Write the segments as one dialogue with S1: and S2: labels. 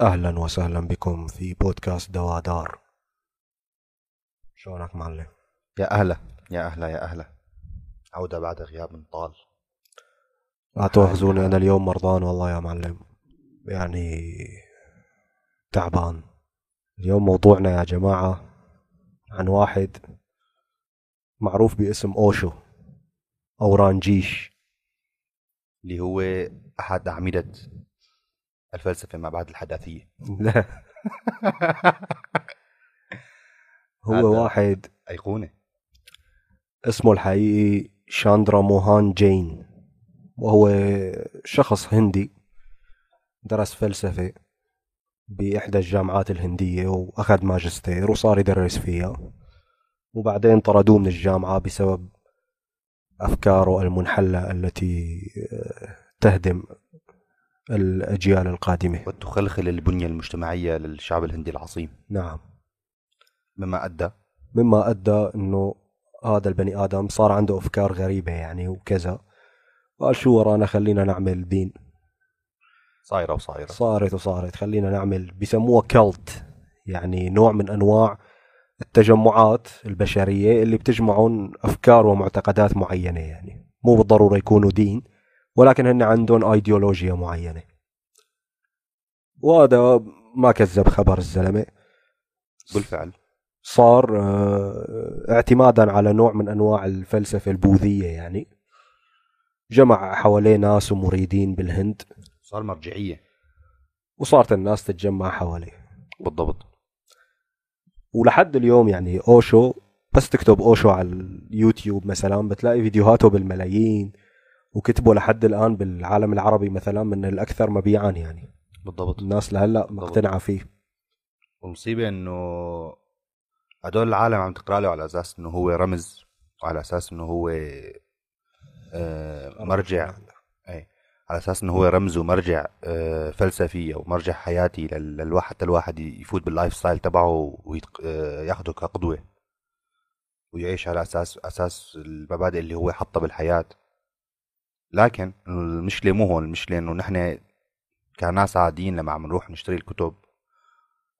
S1: أهلا وسهلا بكم في بودكاست دوادار شلونك معلم؟
S2: يا أهلا يا أهلا يا أهلا عودة بعد غياب طال
S1: لا تؤاخذوني أنا اليوم مرضان والله يا معلم يعني تعبان اليوم موضوعنا يا جماعة عن واحد معروف باسم أوشو أو رانجيش
S2: اللي هو أحد أعمدة الفلسفة ما بعد الحداثية
S1: لا
S2: هذا-
S1: هو واحد
S2: أيقونة
S1: اسمه الحقيقي شاندرا موهان جين وهو شخص هندي درس فلسفة بإحدى الجامعات الهندية وأخذ ماجستير وصار يدرس فيها وبعدين طردوه من الجامعة بسبب أفكاره المنحلة التي آه، تهدم الأجيال القادمة
S2: وتخلخل البنية المجتمعية للشعب الهندي العظيم
S1: نعم
S2: مما أدى
S1: مما ادى انه هذا البني ادم صار عنده افكار غريبه يعني وكذا قال شو ورانا خلينا نعمل دين
S2: صايرة وصايرة
S1: صارت وصارت خلينا نعمل بسموها كلت يعني نوع من انواع التجمعات البشريه اللي بتجمعهم افكار ومعتقدات معينه يعني مو بالضروره يكونوا دين ولكن هن عندهم ايديولوجيا معينه وهذا ما كذب خبر الزلمه
S2: بالفعل
S1: صار آه، اعتمادا على نوع من انواع الفلسفه البوذيه يعني جمع حواليه ناس ومريدين بالهند
S2: صار مرجعية
S1: وصارت الناس تتجمع حواليه
S2: بالضبط
S1: ولحد اليوم يعني اوشو بس تكتب اوشو على اليوتيوب مثلا بتلاقي فيديوهاته بالملايين وكتبه لحد الان بالعالم العربي مثلا من الاكثر مبيعا يعني
S2: بالضبط
S1: الناس لهلا مقتنعه فيه
S2: والمصيبة إنه هدول العالم عم تقرأ له على أساس إنه هو رمز وعلى أساس إنه هو آه، مرجع على اساس انه هو رمز ومرجع آه، فلسفي او مرجع حياتي لل- للواحد حتى الواحد ي- يفوت باللايف ستايل تبعه وياخده كقدوه ويعيش على اساس اساس المبادئ اللي هو حطها بالحياه لكن المشكله مو هون المشكله انه نحن كناس عاديين لما عم نروح نشتري الكتب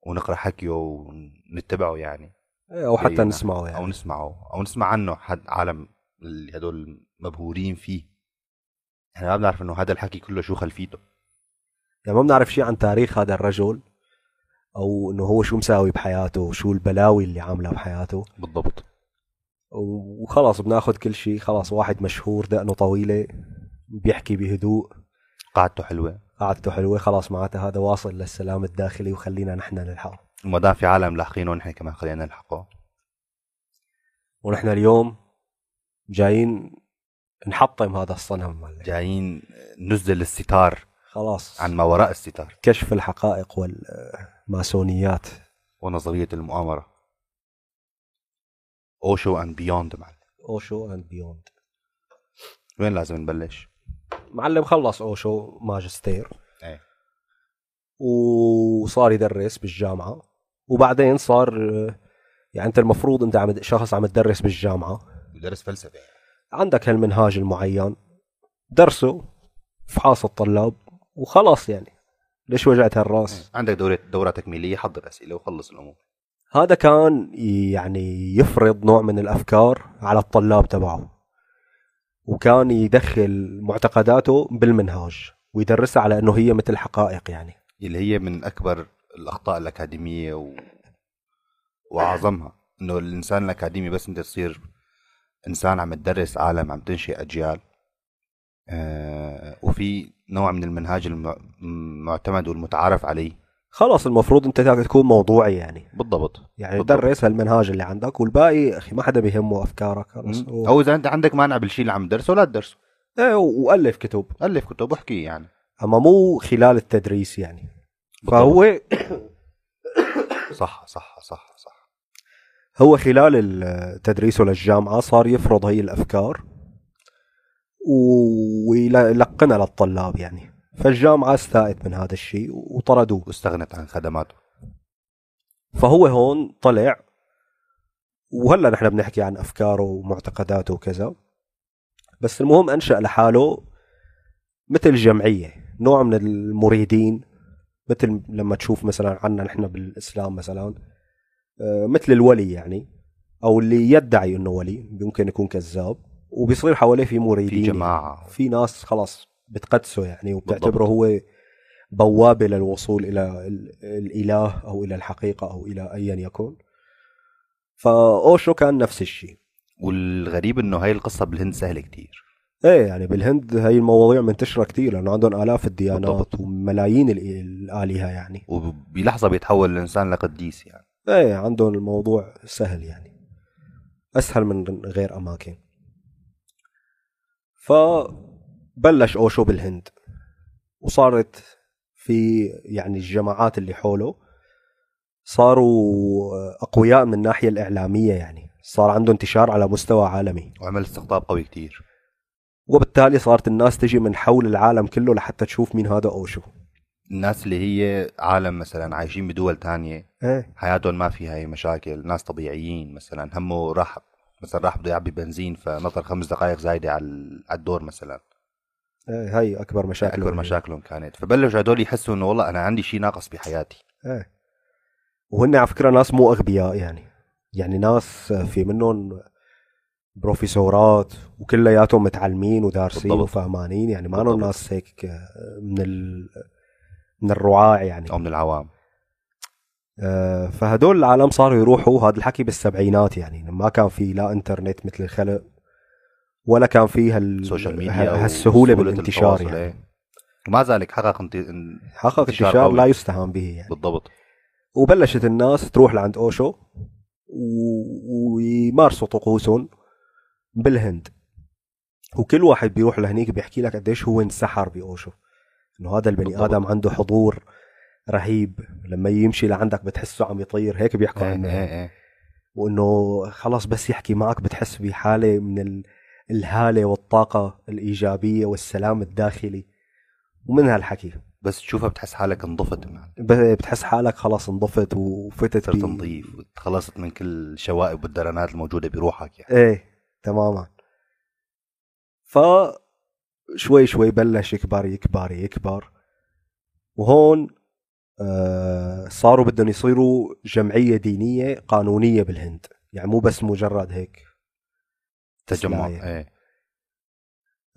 S2: ونقرا حكيه ونتبعه يعني
S1: او حتى
S2: بينا.
S1: نسمعه
S2: او
S1: يعني
S2: نسمعه او نسمع عنه حد عالم اللي هدول مبهورين فيه احنا ما بنعرف انه هذا الحكي كله شو خلفيته
S1: يعني ما بنعرف شيء عن تاريخ هذا الرجل او انه هو شو مساوي بحياته وشو البلاوي اللي عاملها بحياته
S2: بالضبط
S1: وخلاص بناخذ كل شيء خلاص واحد مشهور دقنه طويله بيحكي بهدوء
S2: قعدته حلوه
S1: قعدته حلوه خلاص معناتها هذا واصل للسلام الداخلي وخلينا نحن نلحقه
S2: وما دام في عالم لاحقينه نحن كمان خلينا نلحقه
S1: ونحن اليوم جايين نحطم هذا الصنم مالك.
S2: جايين ننزل الستار
S1: خلاص
S2: عن
S1: عن
S2: ما وراء الستار
S1: كشف الحقائق والماسونيات
S2: ونظريه المؤامره اوشو اند بيوند معلم
S1: اوشو اند بيوند
S2: وين لازم نبلش؟
S1: معلم خلص اوشو ماجستير
S2: ايه
S1: وصار يدرس بالجامعه وبعدين صار يعني انت المفروض انت عم شخص عم تدرس بالجامعه
S2: بدرس فلسفه
S1: عندك هالمنهاج المعين درسه فحاص الطلاب وخلاص يعني ليش وجعت هالراس
S2: عندك دوره دوره تكميليه حضر اسئله وخلص الامور
S1: هذا كان يعني يفرض نوع من الافكار على الطلاب تبعه وكان يدخل معتقداته بالمنهاج ويدرسها على انه هي مثل حقائق يعني
S2: اللي هي من اكبر الاخطاء الاكاديميه و... واعظمها انه الانسان الاكاديمي بس انت تصير انسان عم تدرس عالم عم تنشئ اجيال آه وفي نوع من المنهاج الم- المعتمد والمتعارف عليه
S1: خلاص المفروض انت تكون موضوعي يعني
S2: بالضبط
S1: يعني
S2: بالضبط.
S1: درس هالمنهاج اللي عندك والباقي يا اخي ما حدا بيهمه افكارك خلاص
S2: مم. او اذا انت عندك مانع بالشيء اللي عم تدرسه لا تدرسه
S1: ايه والف كتب
S2: الف كتب واحكي يعني
S1: اما مو خلال التدريس يعني
S2: بالضبط.
S1: فهو
S2: صح صح صح صح
S1: هو خلال ال- تدريسه للجامعة صار يفرض هي الأفكار و- ويلقنها للطلاب يعني فالجامعة استاءت من هذا الشيء وطردوه
S2: واستغنت عن خدماته
S1: فهو هون طلع وهلا نحن بنحكي عن أفكاره ومعتقداته وكذا بس المهم أنشأ لحاله مثل جمعية نوع من المريدين مثل لما تشوف مثلا عنا نحن بالاسلام مثلا آه، مثل الولي يعني او اللي يدعي انه ولي ممكن يكون كذاب وبيصير حواليه في
S2: في
S1: مريدين
S2: جماعه
S1: في ناس خلاص بتقدسه يعني وبتعتبره
S2: بالضبط.
S1: هو بوابه للوصول الى ال- الاله او الى الحقيقه او الى ايا يكن فاوشو كان نفس الشيء
S2: والغريب انه هاي القصه بالهند سهله كتير
S1: ايه يعني بالهند هاي المواضيع منتشره كثير لانه عندهم الاف الديانات
S2: بالضبط.
S1: وملايين ال- الالهه يعني
S2: وبلحظه بيتحول الانسان لقديس يعني
S1: ايه عندهم الموضوع سهل يعني اسهل من غير اماكن فبلش اوشو بالهند وصارت في يعني الجماعات اللي حوله صاروا اقوياء من الناحيه الاعلاميه يعني صار عنده انتشار على مستوى عالمي
S2: وعمل استقطاب قوي كتير
S1: وبالتالي صارت الناس تجي من حول العالم كله لحتى تشوف مين هذا اوشو
S2: الناس اللي هي عالم مثلا عايشين بدول تانية
S1: ايه
S2: حياتهم ما فيها هي مشاكل ناس طبيعيين مثلا همه راح مثلا راح بده يعبي بنزين فنطر خمس دقائق زايده على ال- على الدور مثلا
S1: ايه هاي اكبر مشاكل
S2: اكبر مشاكلهم كانت فبلشوا هدول يحسوا انه والله انا عندي شيء ناقص بحياتي
S1: ايه وهن على فكره ناس مو اغبياء يعني يعني ناس في منهم بروفيسورات وكلياتهم متعلمين ودارسين
S2: بالضبط.
S1: وفهمانين يعني ما
S2: بالضبط.
S1: ناس هيك آه، من ال... من الرعاع يعني
S2: او من العوام
S1: آه، فهدول العالم صاروا يروحوا هذا الحكي بالسبعينات يعني ما كان في لا انترنت مثل الخلق ولا كان في هال...
S2: السوشيال
S1: هال-
S2: ميديا
S1: هالسهوله
S2: وسهولة
S1: بالانتشار
S2: التواصل،
S1: يعني
S2: إيه. ومع ذلك حقق انت... ان-
S1: حقق
S2: انتشار
S1: انتشار لا
S2: قوي.
S1: يستهان به يعني
S2: بالضبط
S1: وبلشت الناس تروح لعند اوشو و- ويمارسوا طقوسهم بالهند وكل واحد بيروح لهنيك بيحكي لك قديش هو انسحر باوشو انه هذا البني
S2: بالضبط.
S1: ادم عنده حضور رهيب لما يمشي لعندك بتحسه عم يطير هيك بيحكوا
S2: ايه
S1: عنه يعني.
S2: ايه ايه
S1: وانه خلاص بس يحكي معك بتحس بحاله من ال- الهاله والطاقه الايجابيه والسلام الداخلي ومن هالحكي
S2: بس تشوفها بتحس حالك انضفت معك
S1: ب- بتحس حالك خلاص انضفت وفتت
S2: صرت
S1: ب-
S2: نظيف وتخلصت من كل الشوائب والدرنات الموجوده بروحك يعني
S1: ايه تماما ف شوي شوي بلش يكبر يكبر يكبر وهون آه صاروا بدهم يصيروا جمعيه دينيه قانونيه بالهند يعني مو بس مجرد هيك
S2: تجمع
S1: تسلاية.
S2: ايه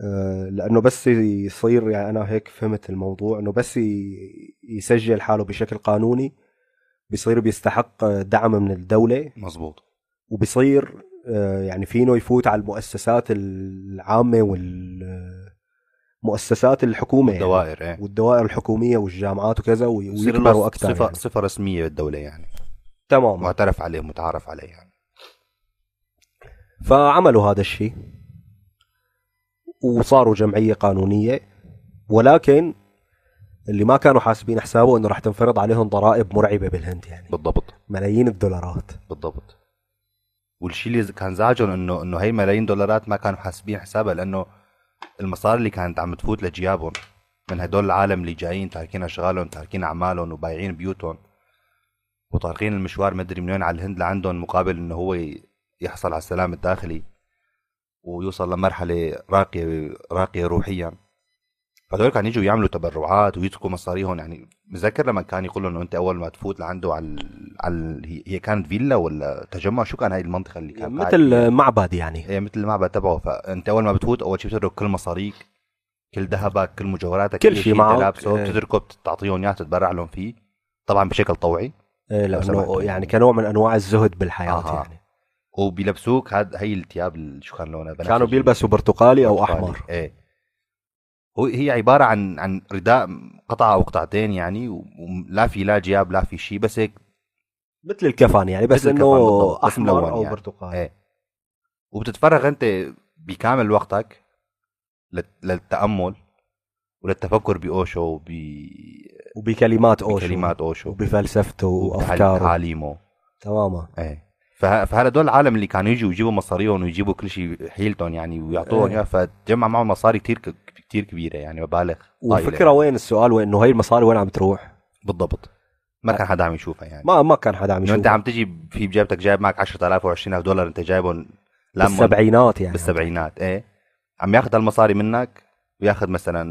S1: آه، لانه بس يصير يعني انا هيك فهمت الموضوع انه بس ي- يسجل حاله بشكل قانوني بيصير بيستحق آه، دعم من الدوله
S2: مزبوط
S1: وبصير آه، يعني فينه يفوت على المؤسسات العامة والمؤسسات الحكومة يعني
S2: دوائر ايه
S1: والدوائر الحكومية والجامعات وكذا وي-
S2: يصير له
S1: ويكبروا أكثر
S2: صفه
S1: يعني.
S2: صفه رسميه بالدوله يعني
S1: تمام
S2: معترف عليه متعارف عليه يعني
S1: فعملوا هذا الشيء وصاروا جمعية قانونية ولكن اللي ما كانوا حاسبين حسابه انه راح تنفرض عليهم ضرائب مرعبة بالهند يعني
S2: بالضبط
S1: ملايين الدولارات
S2: بالضبط والشيء اللي كان زعجهم انه انه هي ملايين دولارات ما كانوا حاسبين حسابها لانه المصاري اللي كانت عم تفوت لجيابهم من هدول العالم اللي جايين تاركين اشغالهم تاركين اعمالهم وبايعين بيوتهم وطارقين المشوار مدري من وين على الهند لعندهم مقابل انه هو ي- يحصل على السلام الداخلي ويوصل لمرحله راقيه راقيه روحيا فهدول كانوا يجوا يعملوا تبرعات ويتركوا مصاريهم يعني متذكر لما كان يقول له انه انت اول ما تفوت لعنده على ال- على ال- هي- هي كانت فيلا ولا تجمع شو كان هاي المنطقه اللي يعني كان إيه. قاعد فيها؟
S1: مثل معبد يعني
S2: هي مثل المعبد تبعه فانت اول ما بتفوت اول شيء بتترك كل مصاريك كل ذهبك كل مجوهراتك
S1: كل شي
S2: انت
S1: معك.
S2: لابسه
S1: إيه.
S2: بتتركه بتعطيهم اياه تتبرع لهم فيه طبعا بشكل طوعي
S1: إيه،
S2: سمحت.
S1: لانه يعني كنوع من انواع الزهد بالحياة
S2: أها.
S1: يعني
S2: وبيلبسوك هاد هي الثياب ال- شو كان لونها بنفسجي.
S1: كانوا بيلبسوا برتقالي او
S2: برتقالي.
S1: احمر
S2: ايه هو هي عباره عن عن رداء قطعه او قطعتين يعني و- ولا في لا جياب لا في شيء بس هيك
S1: مثل الكفن يعني بس
S2: مثل الكفن
S1: انه
S2: بالضبط، بس
S1: احمر
S2: ملون
S1: او
S2: يعني.
S1: برتقالي
S2: ايه وبتتفرغ انت بكامل وقتك لل- للتامل وللتفكر باوشو وب
S1: وبكلمات اوشو
S2: بكلمات اوشو
S1: وبفلسفته وافكاره
S2: وتعاليمه
S1: تماما
S2: ايه فه- فهلا دول العالم اللي كانوا يجوا يجيبوا مصاريهم ويجيبوا كل شيء حيلتهم يعني ويعطوهم
S1: إيه.
S2: اياه فتجمع معهم مصاري كتير ك- كتير كبيره يعني مبالغ طايلة.
S1: والفكره وين السؤال وين انه هي المصاري وين عم تروح؟
S2: بالضبط ما كان حدا عم يشوفها يعني
S1: ما ما كان حدا عم
S2: انه
S1: يشوف
S2: انت عم تجي في بجيبتك جايب معك 10000 و 20000 دولار انت جايبهم لمهم
S1: بالسبعينات يعني
S2: بالسبعينات ايه عم ياخذ إيه. هالمصاري منك وياخذ مثلا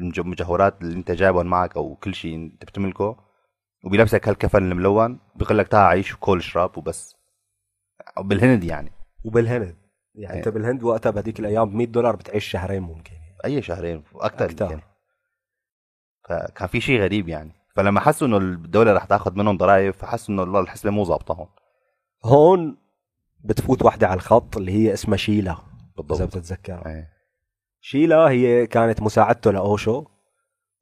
S2: المج- المجوهرات اللي انت جايبهم معك او كل شيء انت بتملكه وبيلبسك هالكفن الملون بيقول لك تعال عيش وكل اشرب وبس أو بالهند يعني
S1: وبالهند يعني
S2: إيه.
S1: انت بالهند وقتها بهذيك الايام ب 100 دولار بتعيش شهرين ممكن
S2: اي شهرين واكثر
S1: اكثر
S2: اكثر فكان في شيء غريب يعني فلما حسوا انه الدوله رح تاخذ منهم ضرائب فحسوا انه والله الحسبه مو ظابطه هون
S1: هون بتفوت واحده على الخط اللي هي اسمها شيلا اذا
S2: بالضبط
S1: بتتذكرها
S2: إيه.
S1: شيلا هي كانت مساعدته لاوشو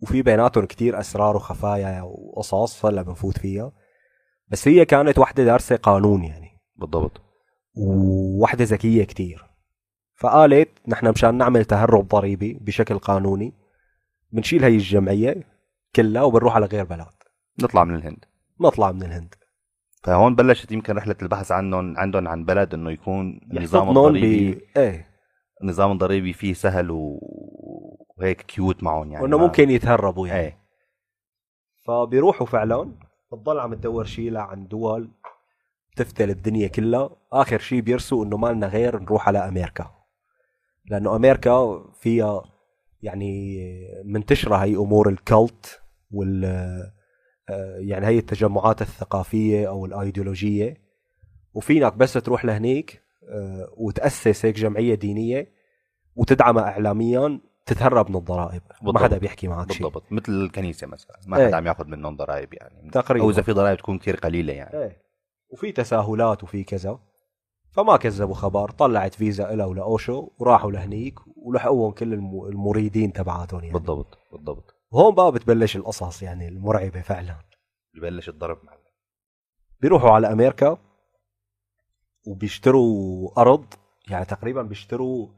S1: وفي بيناتهم كتير اسرار وخفايا وقصص هلا بنفوت فيها بس هي كانت واحده دارسه قانون يعني
S2: بالضبط
S1: وواحدة ذكية كتير فقالت نحن مشان نعمل تهرب ضريبي بشكل قانوني بنشيل هي الجمعية كلها وبنروح على غير بلد
S2: نطلع من الهند
S1: نطلع من الهند
S2: فهون بلشت يمكن رحله البحث عنهم عندهم عن بلد انه يكون نظام
S1: يحتضنون
S2: ضريبي
S1: ب... ايه
S2: نظام ضريبي فيه سهل و... وهيك كيوت معهم يعني
S1: وانه
S2: ما-
S1: ممكن يتهربوا يعني
S2: ايه
S1: فبيروحوا فعلا بتضل عم تدور شيلة عن دول تفتل الدنيا كلها اخر شيء بيرسوا انه ما لنا غير نروح على امريكا لانه امريكا فيها يعني منتشره هي امور الكلت وال آه، يعني هي التجمعات الثقافيه او الايديولوجيه وفينك بس تروح لهنيك آه، وتاسس هيك جمعيه دينيه وتدعمها اعلاميا تتهرب من الضرائب ما
S2: بالضبط.
S1: حدا بيحكي معك شيء
S2: بالضبط مثل الكنيسه مثلا ما حدا
S1: إيه.
S2: عم ياخذ منهم ضرائب يعني
S1: تقريبا
S2: او اذا في ضرائب تكون كثير قليله يعني
S1: ايه وفي تساهلات وفي كذا فما كذبوا خبر طلعت فيزا إلها ولاوشو وراحوا لهنيك ولحقوهم كل الم- المريدين تبعاتهم يعني
S2: بالضبط بالضبط
S1: هون بقى بتبلش القصص يعني المرعبه فعلا
S2: ببلش الضرب معلم
S1: بيروحوا على امريكا وبيشتروا ارض يعني تقريبا بيشتروا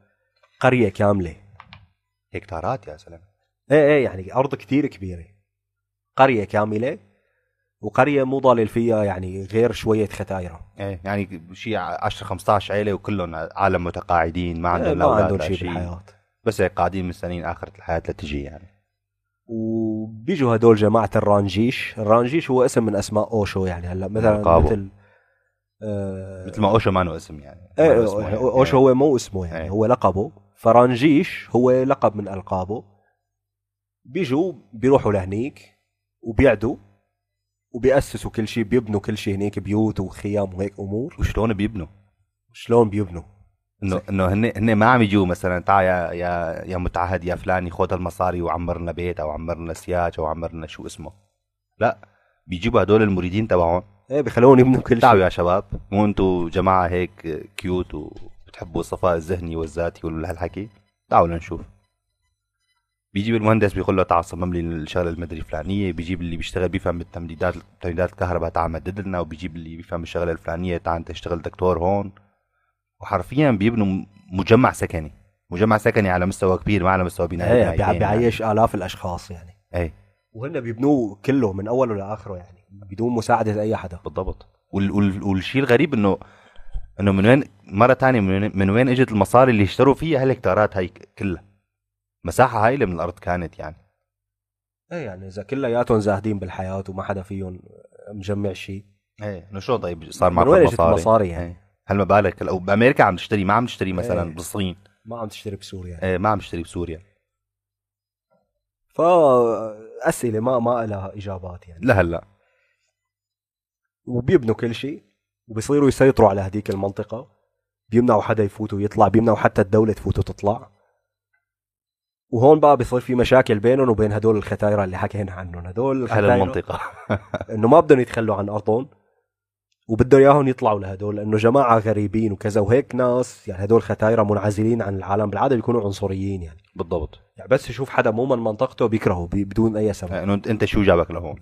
S1: قريه كامله
S2: هكتارات يا سلام
S1: ايه ايه يعني ارض كتير كبيره قريه كامله وقريه مو ضالل فيها يعني غير شويه ختايره
S2: ايه يعني شيء 10 15 عيله وكلهم عالم متقاعدين ما
S1: إيه،
S2: عندهم
S1: ما
S2: لا أولاد
S1: عندهم
S2: لا
S1: شيء بالحياه
S2: بس هيك قاعدين مستنيين اخره الحياه لتجي
S1: إيه.
S2: يعني
S1: وبيجوا هدول جماعة الرانجيش الرانجيش هو اسم من أسماء أوشو يعني هلا مثلا
S2: لقابه.
S1: مثل آه
S2: مثل ما اوشو ما له اسم يعني
S1: إيه،
S2: ما له اسمه يعني.
S1: أوشو هو مو اسمه يعني
S2: إيه.
S1: هو لقبه فرانجيش هو لقب من ألقابه بيجوا بيروحوا لهنيك وبيعدوا وبيأسسوا كل شيء بيبنوا كل شيء هنيك بيوت وخيام وهيك أمور
S2: وشلون بيبنوا
S1: شلون بيبنوا
S2: انه انه هن هن ما عم يجوا مثلا تعال يا يا يا متعهد يا فلاني خذ المصاري وعمر لنا بيت او عمر لنا سياج او عمر لنا شو اسمه لا بيجيبوا هدول المريدين تبعهم
S1: ايه بيخلوهم يبنوا كل شيء
S2: تعالوا يا شباب مو انتوا جماعه هيك كيوت وبتحبوا الصفاء الذهني والذاتي وهالحكي تعالوا لنشوف بيجيب المهندس بيقول له تعال صمم لي الشغله المدري الفلانيه بيجيب اللي بيشتغل بيفهم بالتمديدات تمديدات الكهرباء تعال مدد لنا وبيجيب اللي بيفهم الشغله الفلانيه تعال انت اشتغل دكتور هون وحرفيا بيبنوا مجمع سكني مجمع سكني على مستوى كبير ما على مستوى بناء
S1: ايه
S2: بنايتين
S1: بيع-
S2: يعني.
S1: بيعيش آلاف الأشخاص يعني
S2: ايه
S1: وهن بيبنوه كله من أوله لآخره يعني بدون مساعدة أي حدا
S2: بالضبط وال وال والشيء الغريب انه انه من وين مره تانية من وين, من وين اجت المصاري اللي اشتروا فيها هالهكتارات هاي ك- كلها مساحه هايله من الارض كانت يعني
S1: ايه يعني اذا كلياتهم زاهدين بالحياه وما حدا فيهم مجمع شيء
S2: ايه انه شو طيب صار
S1: إيه. من
S2: معكم
S1: وين اجت
S2: مصاري
S1: المصاري يعني؟
S2: إيه. هل ما بالك لو بامريكا عم تشتري ما عم تشتري مثلا
S1: إيه.
S2: بالصين
S1: ما عم تشتري بسوريا يعني.
S2: ايه ما عم تشتري بسوريا
S1: فاسئله ما ما لها اجابات يعني
S2: لهلا
S1: وبيبنوا كل شيء وبيصيروا يسيطروا على هذيك المنطقه بيمنعوا حدا يفوت ويطلع بيمنعوا حتى الدوله تفوت وتطلع وهون بقى بيصير في مشاكل بينهم وبين هدول الختايره اللي حكينا عنهم هدول
S2: اهل
S1: الختايره
S2: المنطقه
S1: انه ما بدهم يتخلوا عن ارضهم وبده اياهم يطلعوا لهدول لانه جماعه غريبين وكذا وهيك ناس يعني هدول ختايره منعزلين عن العالم بالعاده بيكونوا عنصريين يعني
S2: بالضبط
S1: يعني بس يشوف حدا مو من منطقته بيكرهه بي- بدون اي سبب
S2: إيه، انه أنت- انت شو جابك لهون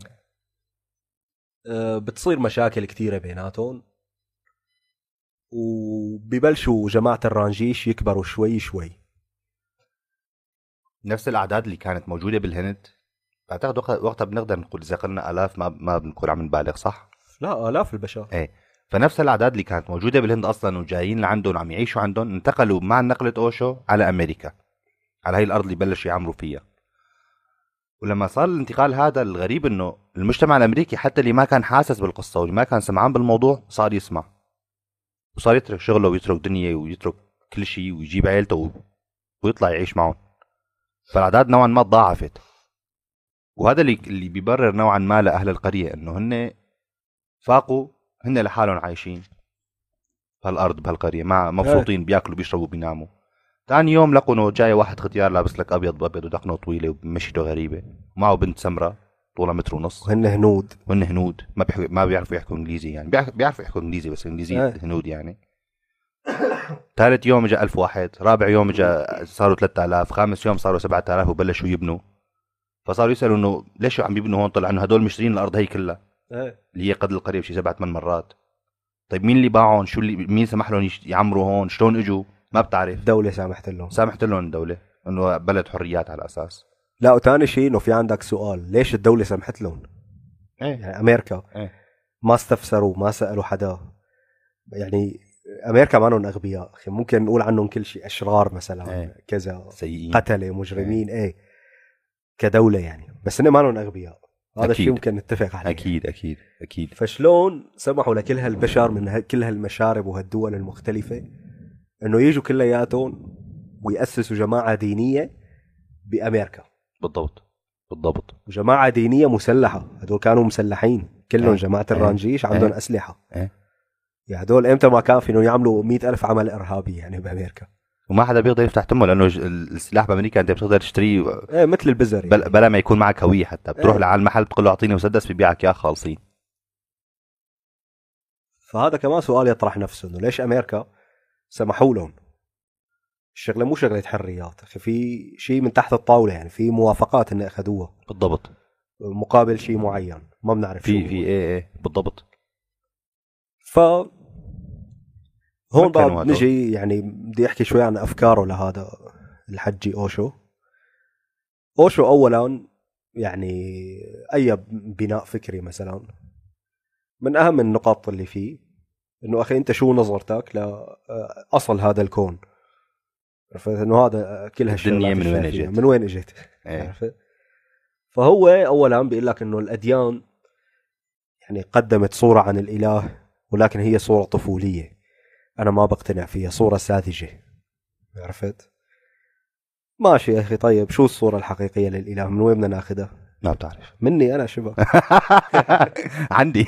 S1: آه، بتصير مشاكل كثيره بيناتهم وببلشوا جماعه الرانجيش يكبروا شوي شوي
S2: نفس الاعداد اللي كانت موجوده بالهند بعتقد وقت- وقتها بنقدر نقول اذا قلنا الاف ما ما بنكون عم نبالغ صح
S1: لا الاف البشر
S2: فنفس الاعداد اللي كانت موجوده بالهند اصلا وجايين لعندهم عم يعيشوا عندهم انتقلوا مع نقله اوشو على امريكا على هاي الارض اللي بلشوا يعمروا فيها ولما صار الانتقال هذا الغريب انه المجتمع الامريكي حتى اللي ما كان حاسس بالقصه واللي ما كان سمعان بالموضوع صار يسمع وصار يترك شغله ويترك دنيا ويترك كل شيء ويجيب عيلته و- ويطلع يعيش معهم فالاعداد نوعا ما تضاعفت وهذا اللي اللي بيبرر نوعا ما لاهل القريه انه هن فاقوا هن لحالهم عايشين بهالارض بهالقريه مع مبسوطين بياكلوا بيشربوا بيناموا ثاني يوم لقوا انه جاي واحد ختيار لابس لك ابيض بابيض ودقنه طويله ومشيته غريبه ومعه بنت سمراء طولها متر ونص
S1: وهن هنود
S2: وهن هنود ما بيحكوا ما بيعرفوا يحكوا انجليزي يعني بيعرف- بيعرفوا يحكوا انجليزي بس انجليزيه
S1: إيه.
S2: هنود يعني ثالث يوم اجى ألف واحد رابع يوم اجى صاروا 3000 خامس يوم صاروا 7000 وبلشوا يبنوا فصاروا يسالوا انه ليش عم يبنوا هون طلع انه هدول مشترين الارض هي كلها
S1: إيه.
S2: اللي هي قد القريه بشي سبع ثمان مرات طيب مين اللي باعهم شو اللي مين سمح لهم يش- يعمروا هون شلون اجوا ما بتعرف
S1: الدوله سامحت لهم
S2: سامحت لهم الدوله انه بلد حريات على اساس
S1: لا وثاني شيء انه في عندك سؤال ليش الدوله سامحت لهم
S2: ايه
S1: يعني امريكا
S2: إيه.
S1: ما استفسروا ما سالوا حدا يعني امريكا ما اغبياء اخي ممكن نقول عنهم كل شيء اشرار مثلا
S2: إيه.
S1: كذا
S2: سيئين إيه.
S1: قتله مجرمين ايه كدوله يعني بس هن ما اغبياء هذا
S2: أكيد.
S1: الشيء ممكن نتفق عليه
S2: اكيد اكيد اكيد
S1: فشلون سمحوا لكل هالبشر من ه- كل هالمشارب وهالدول المختلفة انه يجوا كلياتهم ويأسسوا جماعة دينية بأمريكا
S2: بالضبط بالضبط
S1: وجماعة دينية مسلحة هدول كانوا مسلحين كلهم
S2: إيه.
S1: جماعة
S2: إيه.
S1: الرانجيش عندهم
S2: إيه.
S1: أسلحة
S2: إيه.
S1: يعني هدول امتى ما كان فيهم يعملوا مئة ألف عمل إرهابي يعني بأمريكا
S2: وما حدا بيقدر يفتح تمه لانه ج- السلاح بامريكا انت بتقدر تشتريه
S1: ايه مثل البزر يعني.
S2: بل بلا ما يكون معك هويه حتى بتروح
S1: إيه.
S2: لعلى المحل بتقول له اعطيني مسدس ببيعك اياه خالصين
S1: فهذا كمان سؤال يطرح نفسه انه ليش امريكا سمحوا لهم الشغله مو شغله حريات اخي في شيء من تحت الطاوله يعني في موافقات ان اخذوها
S2: بالضبط
S1: مقابل شيء معين ما بنعرف
S2: في
S1: شو
S2: في
S1: هو.
S2: ايه ايه بالضبط
S1: ف هون
S2: ما كانوا
S1: بقى
S2: هدول.
S1: نجي يعني بدي احكي شوي عن افكاره لهذا الحجي اوشو اوشو اولا يعني اي بناء فكري مثلا من اهم النقاط اللي فيه انه اخي انت شو نظرتك لاصل هذا الكون عرفت انه هذا كل هالشغلات
S2: الدنيا من وين
S1: الشايفينها،
S2: اجت؟
S1: من وين اجت
S2: ايه
S1: عرفت؟ فهو اولا بيقول لك انه الاديان يعني قدمت صوره عن الاله ولكن هي صوره طفوليه انا ما بقتنع فيها صوره ساذجه عرفت؟ ماشي يا اخي طيب شو الصوره الحقيقيه للاله من وين بدنا ناخذها؟
S2: ما بتعرف
S1: مني انا شبه
S2: عندي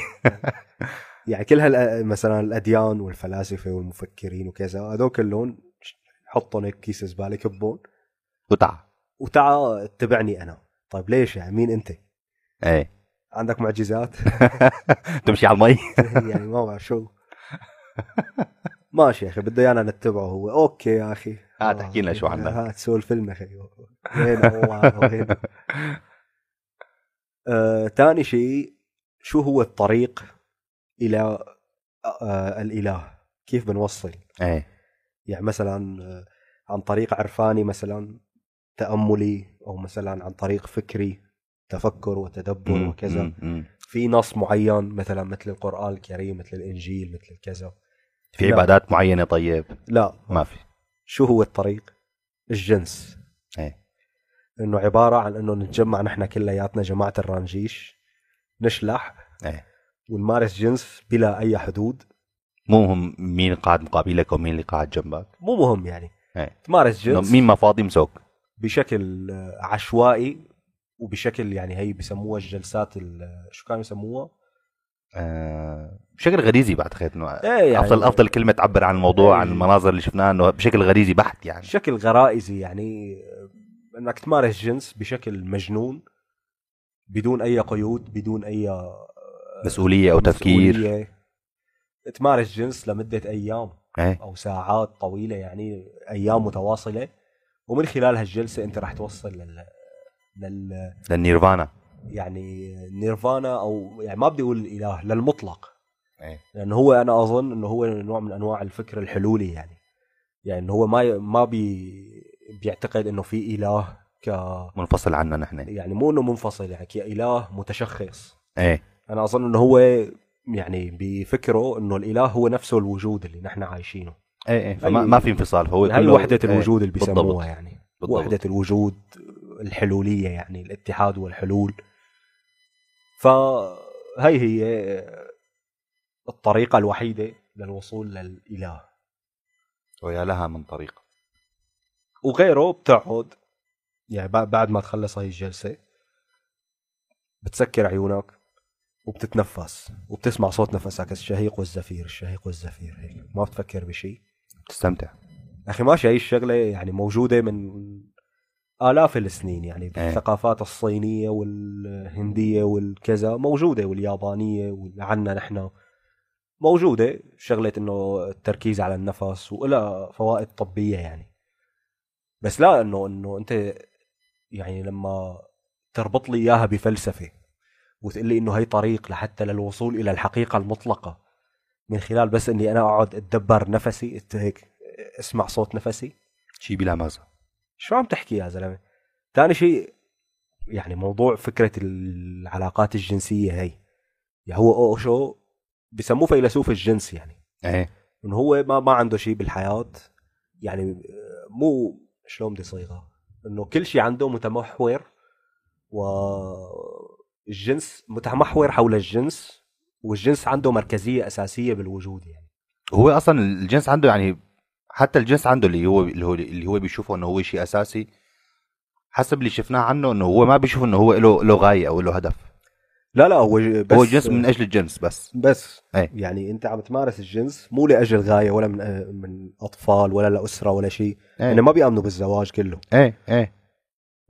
S1: يعني كل هال مثلا الاديان والفلاسفه والمفكرين وكذا هذول كلهم حطهم هيك كيس زباله كبهم
S2: قطع
S1: وتعا اتبعني انا طيب ليش يعني مين انت؟
S2: ايه
S1: عندك معجزات؟
S2: تمشي على المي
S1: يعني ما بعرف شو ماشي يا اخي بده ايانا نتبعه هو اوكي يا اخي
S2: آه، تحكي لنا شو عنك.
S1: هات سول فيلم يا اخي وين الله وين آه، تاني شيء شو هو الطريق الى آه الاله كيف بنوصل
S2: ايه
S1: يعني مثلا آه، عن طريق عرفاني مثلا تاملي او مثلا عن طريق فكري تفكر وتدبر
S2: مم،
S1: وكذا
S2: مم، مم.
S1: في نص معين مثلا مثل القران الكريم مثل الانجيل مثل كذا
S2: في
S1: لا.
S2: عبادات معينه طيب
S1: لا
S2: ما في
S1: شو هو الطريق الجنس
S2: ايه
S1: انه عباره عن انه نتجمع نحن كلياتنا جماعه الرانجيش نشلح
S2: ايه
S1: ونمارس جنس بلا اي حدود
S2: مو مهم مين قاعد مقابلك ومين اللي قاعد جنبك
S1: مو مهم يعني
S2: إيه.
S1: تمارس
S2: إنه
S1: جنس
S2: مين ما فاضي مسوك
S1: بشكل آه، عشوائي وبشكل يعني هي بسموها الجلسات ال- شو كانوا يسموها؟
S2: آه، بشكل غريزي بعتقد انه
S1: إيه، يعني-
S2: افضل افضل كلمه تعبر عن الموضوع
S1: إيه.
S2: عن المناظر اللي شفناها انه بشكل غريزي بحت يعني
S1: بشكل غرائزي يعني آه، انك تمارس جنس بشكل مجنون بدون اي قيود بدون اي آه،
S2: مسؤوليه او تفكير
S1: مسؤولية. تمارس جنس لمدة أيام
S2: إيه.
S1: أو ساعات طويلة يعني أيام متواصلة ومن خلال هالجلسة أنت راح توصل لل... لل
S2: للنيرفانا
S1: يعني نيرفانا أو يعني ما بدي أقول الإله للمطلق
S2: إيه.
S1: لأنه هو أنا أظن أنه هو نوع من أنواع الفكر الحلولي يعني يعني هو ما ي- ما بي بيعتقد أنه في إله ك
S2: منفصل عنا نحن
S1: يعني مو أنه منفصل يعني كإله متشخص
S2: ايه
S1: انا اظن انه هو يعني بفكره انه الاله هو نفسه الوجود اللي نحن عايشينه
S2: ايه ايه فما
S1: هي-
S2: ما في انفصال فهو
S1: هاي
S2: كله-
S1: وحده
S2: إيه،
S1: أيوة. الوجود اللي
S2: بالضبط.
S1: بيسموها يعني
S2: بالضبط.
S1: وحده الوجود الحلوليه يعني الاتحاد والحلول فهي هي الطريقه الوحيده للوصول للاله
S2: ويا لها من طريق
S1: وغيره بتقعد يعني بع- بعد ما تخلص هاي الجلسه بتسكر عيونك وبتتنفس وبتسمع صوت نفسك الشهيق والزفير الشهيق والزفير هيك ما بتفكر بشيء
S2: بتستمتع
S1: اخي ماشي هي الشغله يعني موجوده من الاف السنين يعني بالثقافات الصينيه والهنديه والكذا موجوده واليابانيه وعنا نحن موجوده شغله انه التركيز على النفس وإلها فوائد طبيه يعني بس لا انه انه انت يعني لما تربط لي اياها بفلسفه وتقول لي انه هي طريق لحتى للوصول الى الحقيقه المطلقه من خلال بس اني انا اقعد اتدبر نفسي أت- هيك اسمع صوت نفسي
S2: شيء بلا مغزى
S1: شو عم تحكي يا زلمه ثاني شيء يعني موضوع فكره العلاقات الجنسيه هي يعني هو اوشو بسموه فيلسوف الجنس يعني
S2: ايه
S1: انه هو ما ما عنده شيء بالحياه يعني آه، مو شلون بدي صيغه انه كل شيء عنده متمحور والجنس متمحور حول الجنس والجنس عنده مركزيه اساسيه بالوجود يعني
S2: هو اصلا الجنس عنده يعني حتى الجنس عنده اللي هو اللي هو اللي هو بيشوفه انه هو شيء اساسي حسب اللي شفناه عنه انه هو ما بيشوف انه هو له له غايه او له هدف
S1: لا لا هو ج- بس
S2: هو الجنس من اجل الجنس بس
S1: بس
S2: أي.
S1: يعني انت عم تمارس الجنس مو لاجل غايه ولا من من اطفال ولا لاسره ولا شيء
S2: ايه
S1: يعني ما بيامنوا بالزواج كله
S2: ايه ايه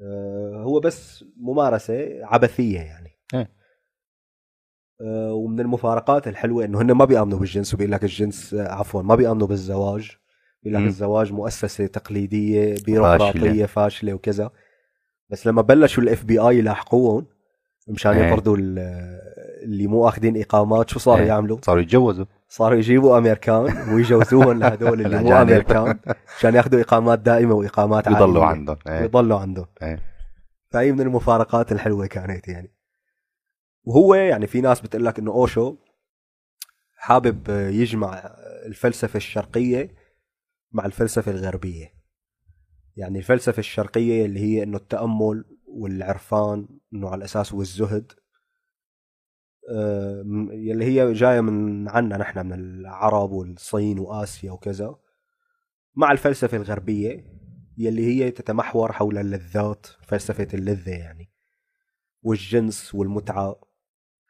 S1: آه، هو بس ممارسه عبثيه يعني
S2: إيه.
S1: آه، ومن المفارقات الحلوه انه هن ما بيامنوا بالجنس وبيقول لك الجنس آه، عفوا ما بيامنوا بالزواج بيقول لك
S2: مم.
S1: الزواج مؤسسه تقليديه بيروقراطيه
S2: فاشلة.
S1: فاشله وكذا بس لما بلشوا الاف بي اي يلاحقوهم مشان
S2: إيه.
S1: يطردوا ال- آه، اللي مو اخذين اقامات شو صاروا
S2: إيه.
S1: يعملوا؟
S2: صاروا يتجوزوا
S1: صاروا يجيبوا امريكان ويجوزوهم لهدول اللي مو
S2: الأجانب.
S1: امريكان عشان ياخذوا اقامات دائمه واقامات عاليه
S2: يضلوا عندهم ايه
S1: يضلوا عندهم
S2: إيه.
S1: فهي من المفارقات الحلوه كانت يعني وهو يعني في ناس بتقول لك انه اوشو حابب يجمع الفلسفه الشرقيه مع الفلسفه الغربيه يعني الفلسفه الشرقيه اللي هي انه التامل والعرفان انه على الاساس والزهد آه، م- يلي هي جايه من عنا نحن من العرب والصين واسيا وكذا مع الفلسفه الغربيه يلي هي تتمحور حول اللذات فلسفه اللذه يعني والجنس والمتعه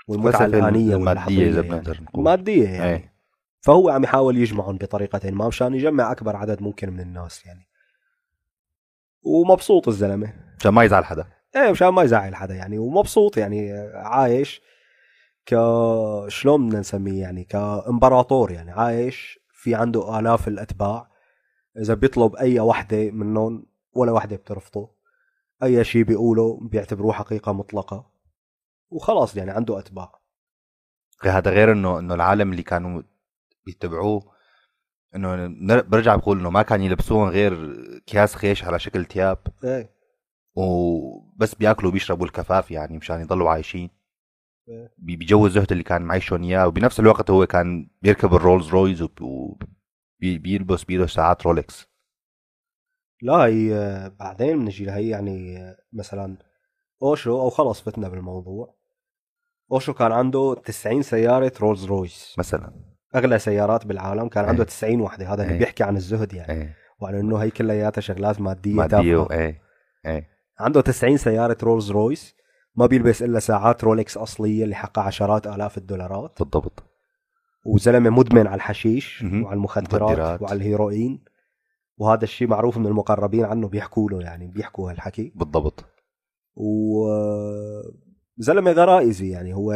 S1: والمتعه
S2: الفلسفة
S1: الانيه
S2: الماديه اذا
S1: واللحظيه يعني.
S2: بنقدر نقول
S1: ماديه يعني
S2: إيه.
S1: فهو عم يحاول يجمعهم بطريقة ما مشان يجمع أكبر عدد ممكن من الناس يعني ومبسوط الزلمة
S2: عشان ما يزعل حدا
S1: ايه مشان ما يزعل حدا يعني ومبسوط يعني عايش ك شلون بدنا نسميه يعني كامبراطور يعني عايش في عنده آلاف الأتباع إذا بيطلب أي وحدة منهم ولا وحدة بترفضه أي شيء بيقوله بيعتبروه حقيقة مطلقة وخلاص يعني عنده أتباع
S2: هذا غير انه انه العالم اللي كانوا بيتبعوه انه نر- برجع بقول انه ما كان يلبسوهم غير اكياس خيش على شكل ثياب
S1: ايه
S2: وبس بياكلوا وبيشربوا الكفاف يعني مشان يضلوا عايشين
S1: إيه.
S2: بي- بيجوز الزهد اللي كان معيشهم اياه وبنفس الوقت هو كان بيركب الرولز رويز وبيلبس بيلبس ساعات رولكس
S1: لا هي آه، بعدين بنجي لهي يعني آه، مثلا اوشو او خلص فتنا بالموضوع اوشو كان عنده 90 سياره رولز رويس
S2: مثلا
S1: اغلى سيارات بالعالم كان عنده
S2: إيه.
S1: 90 وحده هذا اللي
S2: إيه.
S1: بيحكي عن الزهد يعني
S2: ايه
S1: وعن انه هي كلياتها شغلات ماديه,
S2: ماديه و-
S1: تافهه
S2: ايه ايه
S1: عنده 90 سياره رولز رويس ما بيلبس الا ساعات رولكس اصليه اللي حقها عشرات الاف الدولارات
S2: بالضبط
S1: وزلمه مدمن على الحشيش
S2: مهم.
S1: وعلى المخدرات
S2: مخدرات.
S1: وعلى الهيروين وهذا الشيء معروف من المقربين عنه بيحكوا له يعني بيحكوا هالحكي
S2: بالضبط
S1: وزلمه غرائزي يعني هو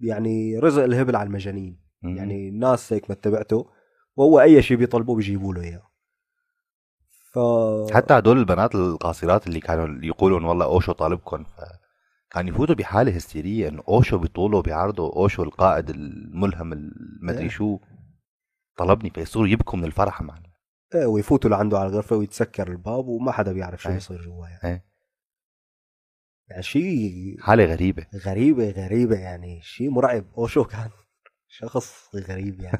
S1: يعني رزق الهبل على المجانين
S2: مم.
S1: يعني الناس هيك ما تبعته وهو اي شيء بيطلبوه بيجيبوا له اياه ف
S2: حتى هدول البنات القاصرات اللي كانوا يقولوا إن والله اوشو طالبكم ف كان يفوتوا بحاله هستيريه انه اوشو بيطولوا بيعرضوا اوشو القائد الملهم المدري
S1: إيه.
S2: شو طلبني فيصيروا يبكوا من الفرح معنا
S1: إيه، ويفوتوا لعنده على الغرفه ويتسكر الباب وما حدا بيعرف شو
S2: إيه.
S1: بيصير جوا يعني
S2: إيه.
S1: يعني شيء
S2: حاله غريبه
S1: غريبه غريبه يعني شيء مرعب اوشو كان شخص غريب يعني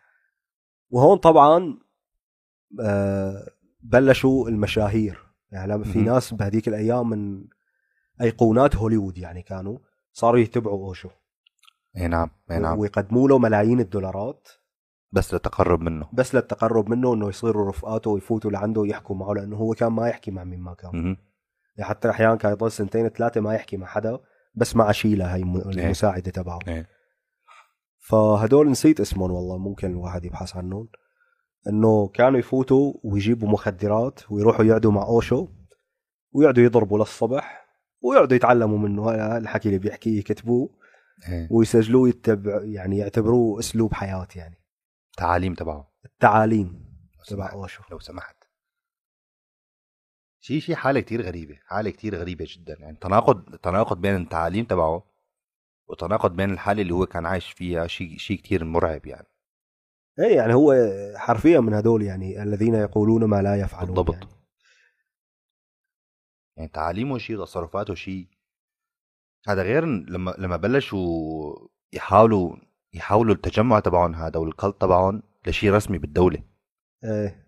S1: وهون طبعا آه، بلشوا المشاهير يعني لما في
S2: مهم.
S1: ناس بهديك الايام من ايقونات هوليوود يعني كانوا صاروا يتبعوا اوشو
S2: اي نعم اي نعم
S1: ويقدموا له ملايين الدولارات
S2: بس للتقرب منه
S1: بس للتقرب منه انه يصيروا رفقاته ويفوتوا لعنده ويحكوا معه لانه هو كان ما يحكي مع مين ما كان
S2: مهم.
S1: يعني حتى احيانا كان يضل سنتين ثلاثه ما يحكي مع حدا بس مع شيلا هي الم-
S2: إيه.
S1: المساعده تبعه
S2: إيه.
S1: فهدول نسيت اسمهم والله ممكن الواحد يبحث عنهم انه كانوا يفوتوا ويجيبوا مخدرات ويروحوا يقعدوا مع اوشو ويقعدوا يضربوا للصبح ويقعدوا يتعلموا منه هذا الحكي اللي بيحكيه يكتبوه
S2: إيه.
S1: ويسجلوه يتبع يعني يعتبروه اسلوب حياه يعني
S2: تعاليم تبعه
S1: التعاليم
S2: لو
S1: تبع
S2: سمحت.
S1: اوشو
S2: لو سمحت شيء شيء حاله كتير غريبه حاله كتير غريبه جدا يعني تناقض تناقض بين التعاليم تبعه وتناقض بين الحاله اللي هو كان عايش فيها شيء شيء كتير مرعب يعني
S1: ايه يعني هو حرفيا من هدول يعني الذين يقولون ما لا يفعلون
S2: بالضبط.
S1: يعني.
S2: يعني تعاليمه شيء تصرفاته شيء هذا غير إن لما لما بلشوا يحاولوا يحاولوا التجمع تبعهم هذا والكلت تبعهم لشيء رسمي بالدوله
S1: ايه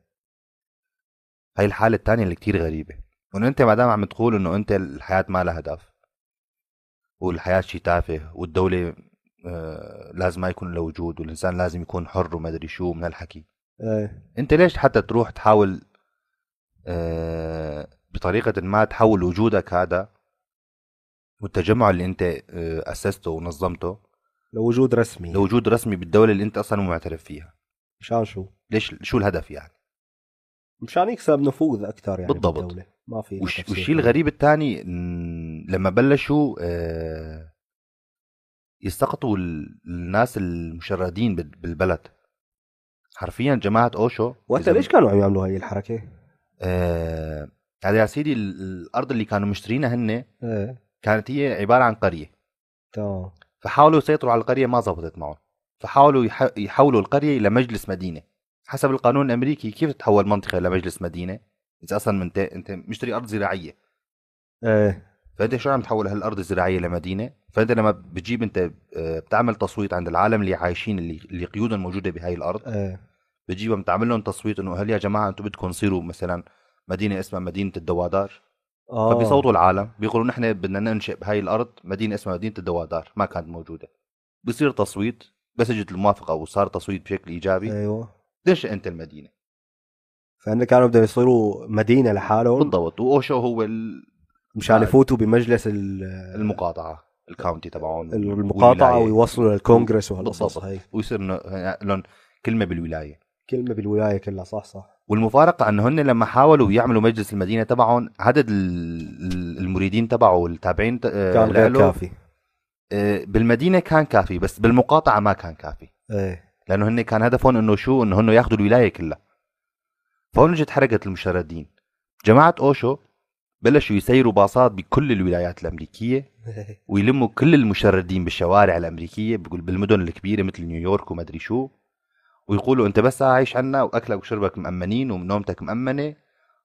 S2: هاي الحالة التانية اللي كتير غريبة وان انت ما دام عم تقول انه انت الحياة ما لها هدف والحياة شي تافه والدولة آه، لازم ما يكون لها وجود والانسان لازم يكون حر وما ادري شو من هالحكي
S1: ايه
S2: انت ليش حتى تروح تحاول آه، بطريقة ما تحول وجودك هذا والتجمع اللي انت آه، اسسته ونظمته
S1: لوجود رسمي لو...
S2: لوجود رسمي بالدولة اللي انت اصلا مو معترف فيها
S1: مشان شو؟
S2: ليش شو الهدف يعني
S1: مشان يكسب نفوذ اكثر يعني
S2: بالضبط.
S1: بالدوله ما في
S2: وش-
S1: تفسير
S2: والشيء الغريب الثاني لما بلشوا آه، يستقطوا ال- الناس المشردين بال- بالبلد حرفيا جماعه اوشو
S1: وقتها
S2: إذا-
S1: ليش كانوا عم يعملوا هاي الحركه؟
S2: آه، هذا يا سيدي ال- الارض اللي كانوا مشترينها هن
S1: ايه
S2: كانت هي عباره عن قريه
S1: تمام
S2: فحاولوا يسيطروا على القريه ما زبطت معهم فحاولوا يح- يحولوا القريه الى مجلس مدينه حسب القانون الامريكي كيف تتحول منطقه الى مجلس مدينه اذا اصلا انت انت مشتري ارض زراعيه
S1: ايه
S2: فانت شو عم تحول هالارض الزراعيه لمدينه فانت لما بتجيب انت آه، بتعمل تصويت عند العالم اللي عايشين اللي, اللي قيودهم موجوده بهاي الارض
S1: ايه
S2: بتجيبهم تعمل لهم تصويت انه هل يا جماعه انتم بدكم تصيروا مثلا مدينه اسمها مدينه الدوادار
S1: اه
S2: فبيصوتوا العالم بيقولوا نحن بدنا ننشئ بهاي الارض مدينه اسمها مدينه الدوادار ما كانت موجوده بصير تصويت بس اجت الموافقه وصار تصويت بشكل ايجابي
S1: ايوه
S2: تنشئ انت المدينه
S1: فان كانوا بدهم يصيروا مدينه لحالهم
S2: بالضبط آه. واوشو هو ال-
S1: مشان يفوتوا بمجلس ال-
S2: المقاطعه الكاونتي تبعهم
S1: المقاطعه
S2: والولاية.
S1: ويوصلوا للكونغرس وهالقصص
S2: بالضبط
S1: هي
S2: ويصير إنه يعني لهم كلمه بالولايه
S1: كلمه بالولايه كلها صح صح
S2: والمفارقه انه هن لما حاولوا يعملوا مجلس المدينه تبعهم عدد ال- ال- المريدين تبعه والتابعين ت- آه،
S1: كان غير
S2: لإله،
S1: كافي
S2: آه، بالمدينه كان كافي بس بالمقاطعه ما كان كافي
S1: ايه
S2: لانه هن كان هدفهم انه شو انه هن ياخذوا الولايه كلها فهون اجت حركه المشردين جماعه اوشو بلشوا يسيروا باصات بكل الولايات الامريكيه
S1: إيه.
S2: ويلموا كل المشردين بالشوارع الامريكيه بقول بالمدن الكبيره مثل نيويورك وما ادري شو ويقولوا انت بس عايش عنا واكلك وشربك مامنين ونومتك مامنه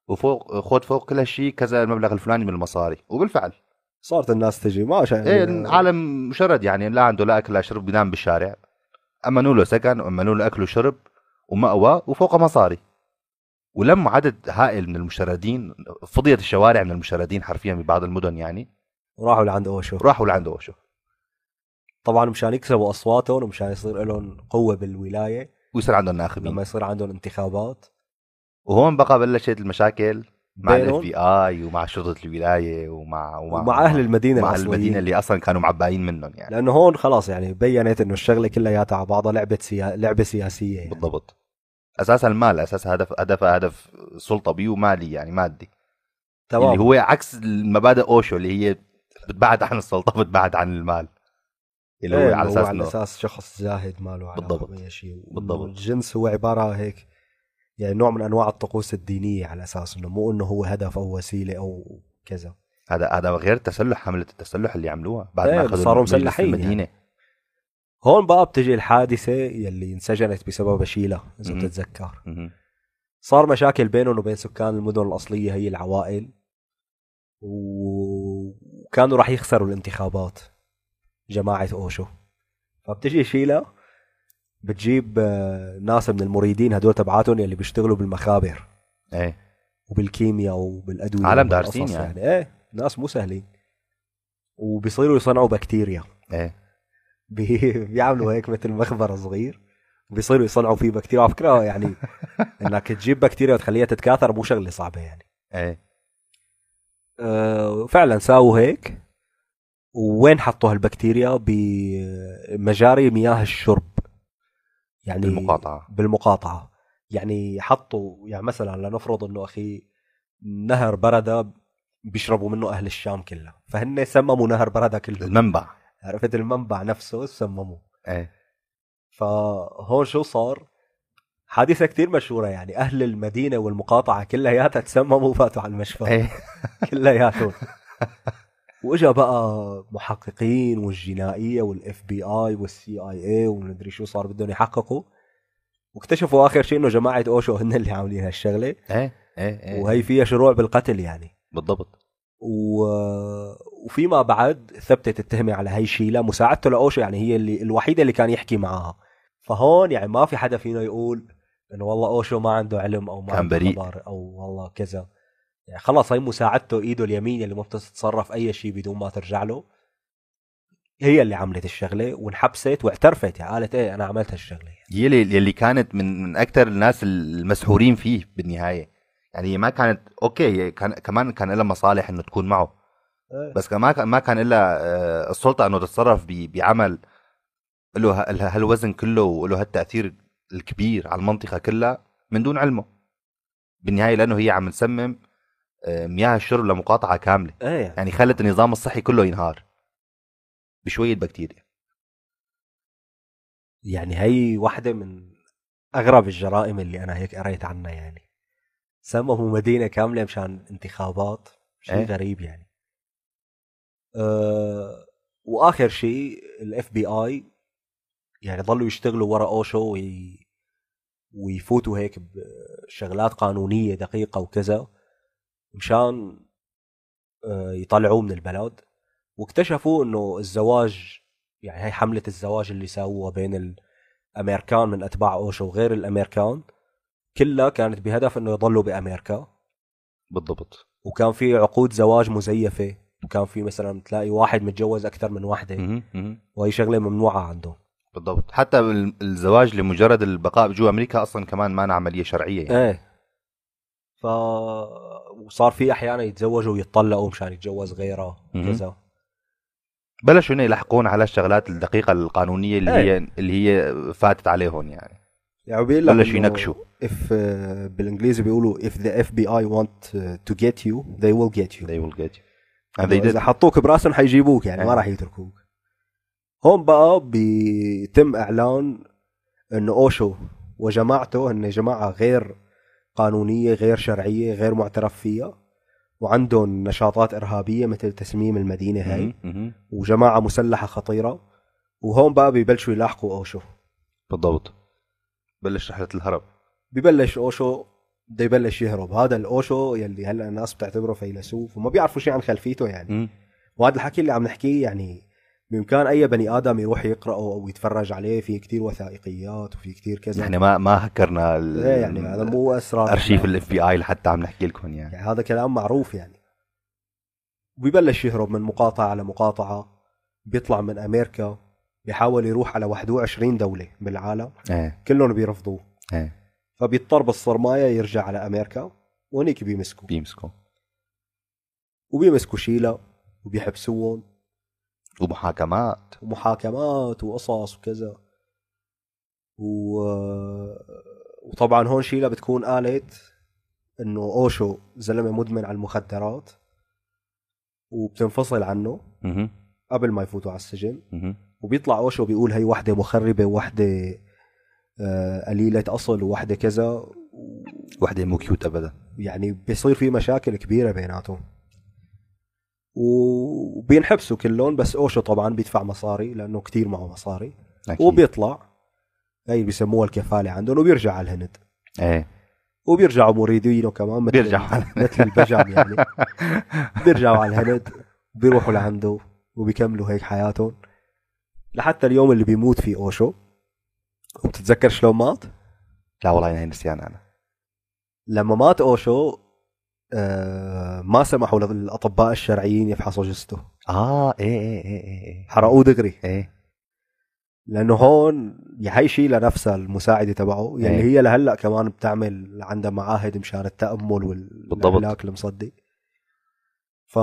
S2: وفوق خد فوق كل هالشيء كذا المبلغ الفلاني من المصاري وبالفعل
S1: صارت الناس تجي ما شاء
S2: ايه العالم مشرد يعني لا عنده لا اكل لا شرب بينام بالشارع امنوا له سكن وامنوا له اكل وشرب ومأوى وفوقه مصاري ولما عدد هائل من المشردين فضيت الشوارع من المشردين حرفيا ببعض المدن يعني
S1: راحوا لعند اوشو
S2: راحوا لعند اوشو
S1: طبعا مشان يكسبوا اصواتهم ومشان يصير لهم قوه بالولايه
S2: ويصير عندهم ناخبين
S1: لما يصير عندهم انتخابات
S2: وهون بقى بلشت المشاكل مع الاف
S1: بينهم
S2: بي اي ومع شرطه الولايه ومع ومع,
S1: ومع اهل المدينه
S2: مع
S1: الأصليين.
S2: المدينه اللي اصلا كانوا معباين منهم يعني
S1: لانه هون خلاص يعني بينت انه الشغله كلياتها على بعضها لعبه سيا... لعبه سياسيه يعني.
S2: بالضبط اساسا المال اساسا هدف هدف هدف سلطه بي ومالي يعني مادي
S1: تمام
S2: اللي هو عكس المبادئ اوشو اللي هي بتبعد عن السلطه بتبعد عن المال اللي هو
S1: إيه،
S2: على اساس
S1: على
S2: انه
S1: اساس شخص زاهد ما له علاقه
S2: بالضبط.
S1: باي شيء
S2: بالضبط.
S1: الجنس هو عباره هيك يعني نوع من انواع الطقوس الدينيه على اساس انه مو انه هو هدف او وسيله او كذا
S2: هذا هذا غير تسلح حمله التسلح اللي عملوها بعد
S1: إيه،
S2: ما
S1: بس
S2: اخذوا
S1: صاروا
S2: مجلس
S1: مسلحين
S2: المدينه
S1: هون بقى بتجي الحادثه يلي انسجنت بسبب شيلا اذا
S2: مهم.
S1: بتتذكر
S2: مهم.
S1: صار مشاكل بينهم وبين سكان المدن الاصليه هي العوائل و- وكانوا راح يخسروا الانتخابات جماعه اوشو فبتجي شيلا بتجيب آه، ناس من المريدين هدول تبعاتهم اللي بيشتغلوا بالمخابر
S2: ايه
S1: وبالكيمياء وبالادويه
S2: عالم
S1: وبالقصص
S2: دارسين يعني.
S1: يعني ايه ناس مو سهلين وبيصيروا يصنعوا بكتيريا
S2: ايه
S1: بي- بيعملوا هيك مثل مخبر صغير بيصيروا يصنعوا فيه بكتيريا على فكره يعني انك تجيب بكتيريا وتخليها تتكاثر مو شغله صعبه يعني
S2: ايه
S1: آه، فعلا ساووا هيك وين حطوا هالبكتيريا بمجاري مياه الشرب يعني
S2: المقاطعه
S1: بالمقاطعه يعني حطوا يعني مثلا لنفرض انه اخي نهر برده بيشربوا منه اهل الشام كلها فهن سمموا نهر برده كله
S2: المنبع
S1: عرفت المنبع نفسه سمموه
S2: ايه
S1: فهون شو صار حادثه كتير مشهوره يعني اهل المدينه والمقاطعه كلياتها تسمموا وفاتوا على المشفى
S2: ايه
S1: كلياتهم واجا بقى محققين والجنائيه والاف بي اي والسي اي اي ومدري شو صار بدهم يحققوا واكتشفوا اخر شيء انه جماعه اوشو هن اللي عاملين هالشغله
S2: ايه ايه ايه
S1: وهي فيها شروع بالقتل يعني
S2: بالضبط
S1: و... وفيما بعد ثبتت التهمه على هي شيلا مساعدته لاوشو يعني هي اللي الوحيده اللي كان يحكي معاها فهون يعني ما في حدا فينا يقول انه والله اوشو ما عنده علم او ما
S2: كان
S1: عنده
S2: بريء.
S1: خبر او والله كذا يعني خلص هي مساعدته ايده اليمين اللي ما بتتصرف اي شيء بدون ما ترجع له هي اللي عملت الشغله وانحبست واعترفت يعني قالت ايه انا عملت هالشغله
S2: هي اللي اللي كانت من من اكثر الناس المسحورين فيه بالنهايه يعني هي ما كانت اوكي هي كان كمان كان لها مصالح انه تكون معه
S1: إيه.
S2: بس كمان كان- ما كان لها السلطه انه تتصرف ب- بعمل له ه- له هالوزن كله وله هالتاثير الكبير على المنطقه كلها من دون علمه بالنهايه لانه هي عم تسمم آه، مياه الشرب لمقاطعه كامله
S1: ايه يعني
S2: يعني خلت النظام الصحي كله ينهار بشويه بكتيريا
S1: يعني هي واحدة من أغرب الجرائم اللي أنا هيك قريت عنها يعني سمموا مدينة كاملة مشان انتخابات شيء
S2: إيه.
S1: ايه؟ غريب يعني أه وآخر شيء الاف بي اي يعني ضلوا يشتغلوا ورا أوشو وي ويفوتوا هيك بشغلات قانونية دقيقة وكذا مشان آه، يطلعوه من البلد واكتشفوا انه الزواج يعني هي حملة الزواج اللي سووها بين الامريكان من اتباع اوشو وغير الامريكان كلها كانت بهدف انه يضلوا بامريكا
S2: بالضبط
S1: وكان في عقود زواج مزيفة وكان في مثلا تلاقي واحد متجوز اكثر من واحدة
S2: مهم، مهم.
S1: وهي شغلة ممنوعة عندهم
S2: بالضبط حتى ال- الزواج لمجرد البقاء جوا امريكا اصلا كمان مانع عمليه شرعيه يعني.
S1: ايه ف وصار في احيانا يتزوجوا ويتطلقوا مشان يتجوز غيره
S2: مهم.
S1: كذا
S2: بلشوا هنا يلحقون على الشغلات الدقيقه القانونيه اللي
S1: إيه.
S2: هي اللي هي فاتت عليهم يعني
S1: يعني بيقول لك
S2: بلشوا
S1: إنه-
S2: ينكشوا
S1: if uh, بالانجليزي بيقولوا if the FBI want uh, to get you they will get you
S2: they will get you And they
S1: اذا
S2: did.
S1: حطوك براسهم حيجيبوك يعني ما
S2: أيوة.
S1: راح يتركوك هون بقى بيتم اعلان انه اوشو وجماعته هن جماعه غير قانونيه غير شرعيه غير معترف فيها وعندهم نشاطات ارهابيه مثل تسميم المدينه هاي
S2: مهم، مهم.
S1: وجماعه مسلحه خطيره وهون بقى بيبلشوا يلاحقوا اوشو
S2: بالضبط بلش رحله الهرب
S1: ببلش اوشو بده يبلش يهرب هذا الاوشو يلي هلا الناس بتعتبره فيلسوف وما بيعرفوا شيء عن خلفيته يعني
S2: مم.
S1: وهذا الحكي اللي عم نحكيه يعني بامكان اي بني ادم يروح يقراه او يتفرج عليه في كتير وثائقيات وفي كتير كذا
S2: نحن ما ما هكرنا ال-
S1: ايه يعني هذا مو اسرار
S2: ارشيف الاف بي اي لحتى عم نحكي لكم يعني
S1: يعني هذا كلام معروف يعني وبيبلش يهرب من مقاطعة على مقاطعة بيطلع من أمريكا بيحاول يروح على 21 دولة بالعالم
S2: ايه
S1: كلهم بيرفضوه
S2: ايه
S1: فبيضطر بالصرماية يرجع على أمريكا وهنيك بيمسكوا
S2: بيمسكوا
S1: وبيمسكوا شيلا وبيحبسوهم
S2: ومحاكمات
S1: ومحاكمات وقصص وكذا و... وطبعا هون شيلا بتكون قالت انه اوشو زلمه مدمن على المخدرات وبتنفصل عنه
S2: مهم،
S1: قبل ما يفوتوا على السجن
S2: مهم.
S1: وبيطلع اوشو بيقول هي وحده مخربه وحده آه، قليله اصل وحده كذا
S2: وحده مو كيوت ابدا
S1: يعني بيصير في مشاكل كبيره بيناتهم وبينحبسوا كلهم بس اوشو طبعا بيدفع مصاري لانه كتير معه مصاري
S2: أكيد.
S1: وبيطلع هي اللي بيسموها الكفاله عندهم وبيرجع على الهند
S2: ايه
S1: وبيرجعوا مريدينه كمان مثل
S2: بيرجعوا على
S1: مثل البجم يعني بيرجعوا على الهند بيروحوا لعنده وبيكملوا هيك حياتهم لحتى اليوم اللي بيموت فيه اوشو وبتتذكر شلون مات؟
S2: لا والله يعني نسيان انا
S1: لما مات اوشو آه ما سمحوا للاطباء
S2: آه،
S1: الشرعيين يفحصوا جثته
S2: إيه، اه ايه ايه ايه ايه
S1: حرقوه دغري
S2: ايه
S1: لانه هون هي شيلة نفسها المساعده تبعه
S2: إيه.
S1: يلي هي لهلا كمان بتعمل عندها معاهد مشان التامل
S2: بالضبط.
S1: والعلاج المصدي ف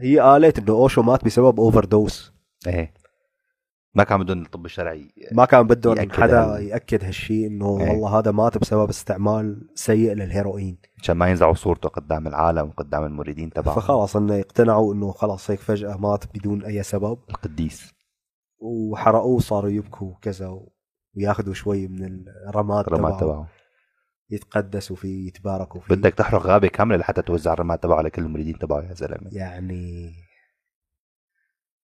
S1: هي قالت انه اوشو مات بسبب اوفر دوز
S2: ايه ما كان بدهم الطب الشرعي
S1: ما كان بدهم
S2: يأكد
S1: حدا
S2: هال-
S1: ياكد هالشيء انه
S2: إيه.
S1: والله هذا مات بسبب استعمال سيء للهيروين
S2: عشان ما ينزعوا صورته قدام العالم وقدام المريدين تبعه
S1: فخلاص انه اقتنعوا انه خلاص هيك فجاه مات بدون اي سبب
S2: القديس
S1: وحرقوه صاروا يبكوا وكذا و- وياخذوا شوي من الرماد
S2: الرماد
S1: تبعه
S2: تبعه
S1: يتقدسوا فيه يتباركوا فيه
S2: بدك تحرق غابه كامله لحتى توزع الرماد تبعه على كل المريدين تبعه يا زلمه
S1: يعني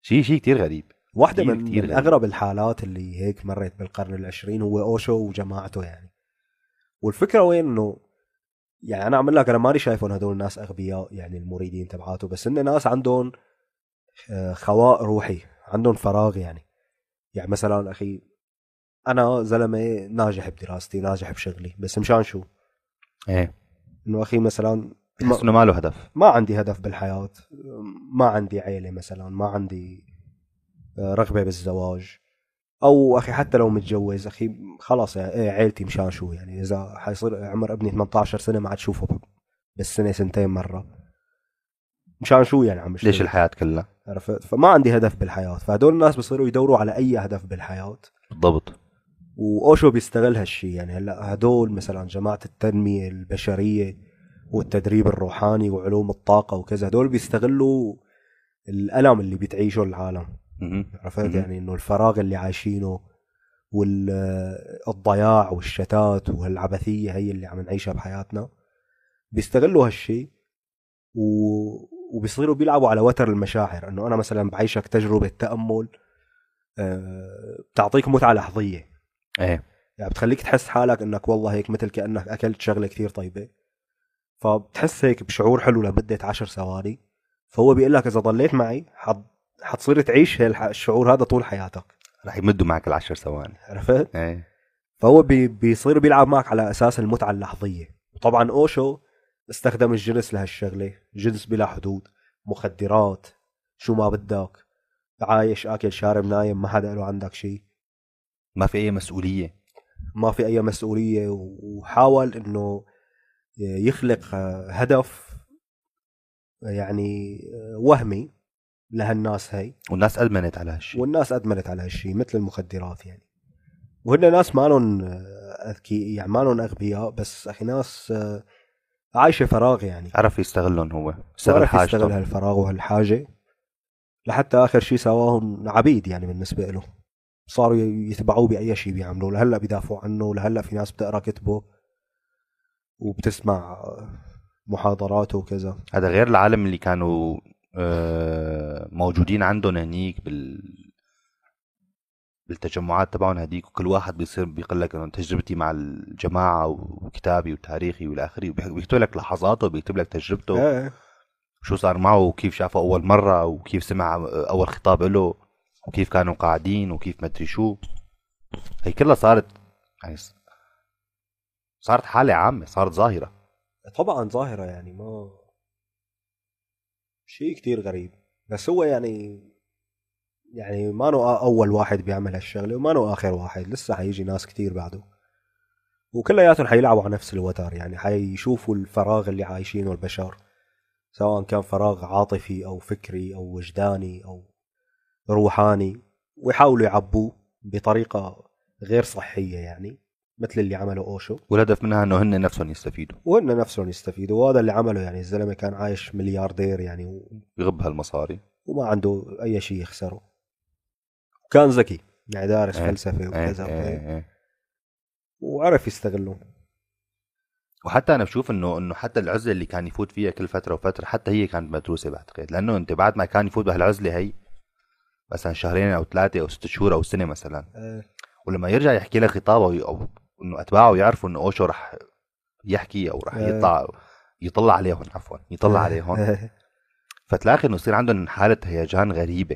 S2: شيء شيء كثير غريب
S1: واحدة
S2: كتير
S1: من,
S2: كتير يعني.
S1: من
S2: غريب.
S1: أغرب الحالات اللي هيك مرت بالقرن العشرين هو أوشو وجماعته يعني والفكرة وين إنه يعني أنا عم أقول لك أنا ماني شايفهم هدول الناس أغبياء يعني المريدين تبعاته بس إن ناس عندهم آه، خواء روحي عندهم فراغ يعني يعني مثلا أخي أنا زلمة ناجح بدراستي ناجح بشغلي بس مشان شو إيه.
S2: ايه
S1: إنه أخي مثلا ما-
S2: بحس انه ما له هدف
S1: ما عندي هدف بالحياة ما عندي عيلة مثلا ما عندي آه، رغبة بالزواج أو أخي حتى لو متجوز أخي خلاص يعني إيه عيلتي مشان شو يعني إذا حيصير عمر ابني 18 سنة ما عاد شوفه ب- بالسنة سنتين مرة مشان شو يعني عم بشتغل؟
S2: ليش الحياه كلها
S1: عرفت فما عندي هدف بالحياة فهدول الناس بصيروا يدوروا على أي هدف بالحياة
S2: بالضبط
S1: واوشو بيستغل هالشيء يعني هلا هدول مثلا جماعه التنميه البشريه والتدريب الروحاني وعلوم الطاقه وكذا هدول بيستغلوا الالم اللي بتعيشه العالم
S2: مهم.
S1: عرفت
S2: مهم.
S1: يعني انه الفراغ اللي عايشينه والضياع والشتات وهالعبثيه هي اللي عم نعيشها بحياتنا بيستغلوا هالشيء و... وبيصيروا بيلعبوا على وتر المشاعر انه انا مثلا بعيشك تجربه تامل آه، بتعطيك متعه لحظيه
S2: ايه
S1: يعني بتخليك تحس حالك انك والله هيك مثل كانك اكلت شغله كثير طيبه فبتحس هيك بشعور حلو لمده عشر ثواني فهو بيقول لك اذا ضليت معي حت... حتصير تعيش هالح- الشعور هذا طول حياتك
S2: رح يمدوا معك العشر ثواني
S1: عرفت؟
S2: ايه
S1: فهو بي... بيصير بيلعب معك على اساس المتعه اللحظيه طبعا اوشو استخدم الجنس لهالشغله جنس بلا حدود مخدرات شو ما بدك عايش اكل شارب نايم ما حدا له عندك شيء
S2: ما في اي مسؤوليه
S1: ما في اي مسؤوليه وحاول انه يخلق هدف يعني وهمي لهالناس هي
S2: والناس ادمنت على هالشيء
S1: والناس ادمنت على هالشيء مثل المخدرات يعني وهن ناس مالن اذكي يعني مالن اغبياء بس اخي ناس عايشه فراغ يعني
S2: عرف يستغلهم هو استغل
S1: بيعرف يستغل
S2: حاجته
S1: هالفراغ وهالحاجه لحتى اخر شيء سواهم عبيد يعني بالنسبه له صاروا يتبعوه باي شيء بيعملوه لهلا بيدافعوا عنه لهلا في ناس بتقرا كتبه وبتسمع محاضراته وكذا
S2: هذا غير العالم اللي كانوا آه، موجودين عندهم هنيك بال بالتجمعات تبعهم هديك وكل واحد بيصير بيقول لك انه تجربتي مع الجماعه وكتابي وتاريخي والى اخره وبيح- وبيكتب لك لحظاته وبيكتب لك تجربته
S1: ايه
S2: وشو صار معه وكيف شافه اول مره وكيف سمع اول خطاب له وكيف كانوا قاعدين وكيف ما ادري شو هي كلها صارت يعني ص- صارت حاله عامه صارت ظاهره
S1: طبعا ظاهره يعني ما شيء كتير غريب بس هو يعني يعني ما نو اول واحد بيعمل هالشغله وما نو اخر واحد لسه حيجي ناس كتير بعده وكلياتهم حيلعبوا على نفس الوتر يعني حيشوفوا الفراغ اللي عايشينه البشر سواء كان فراغ عاطفي او فكري او وجداني او روحاني ويحاولوا يعبوه بطريقه غير صحيه يعني مثل اللي عمله اوشو
S2: والهدف منها انه هن نفسهم يستفيدوا
S1: وهن نفسهم يستفيدوا وهذا اللي عمله يعني الزلمه كان عايش ملياردير يعني و-
S2: يغب هالمصاري
S1: وما عنده اي شيء يخسره كان ذكي يعني دارس
S2: إيه،
S1: فلسفه
S2: إيه،
S1: وكذا وهيك.
S2: إيه، إيه.
S1: وعرف يستغله
S2: وحتى انا بشوف انه انه حتى العزله اللي كان يفوت فيها كل فتره وفتره حتى هي كانت مدروسه بعتقد لانه انت بعد ما كان يفوت بهالعزله هي مثلا شهرين او ثلاثه او ست شهور او سنه مثلا
S1: إيه،
S2: ولما يرجع يحكي لك خطابه وي- او انه اتباعه يعرفوا انه اوشو رح يحكي او رح
S1: إيه.
S2: يطلع يطلع عليهم عفوا يطلع
S1: إيه،
S2: عليهم
S1: إيه،
S2: فتلاقي انه يصير عندهم حاله هيجان غريبه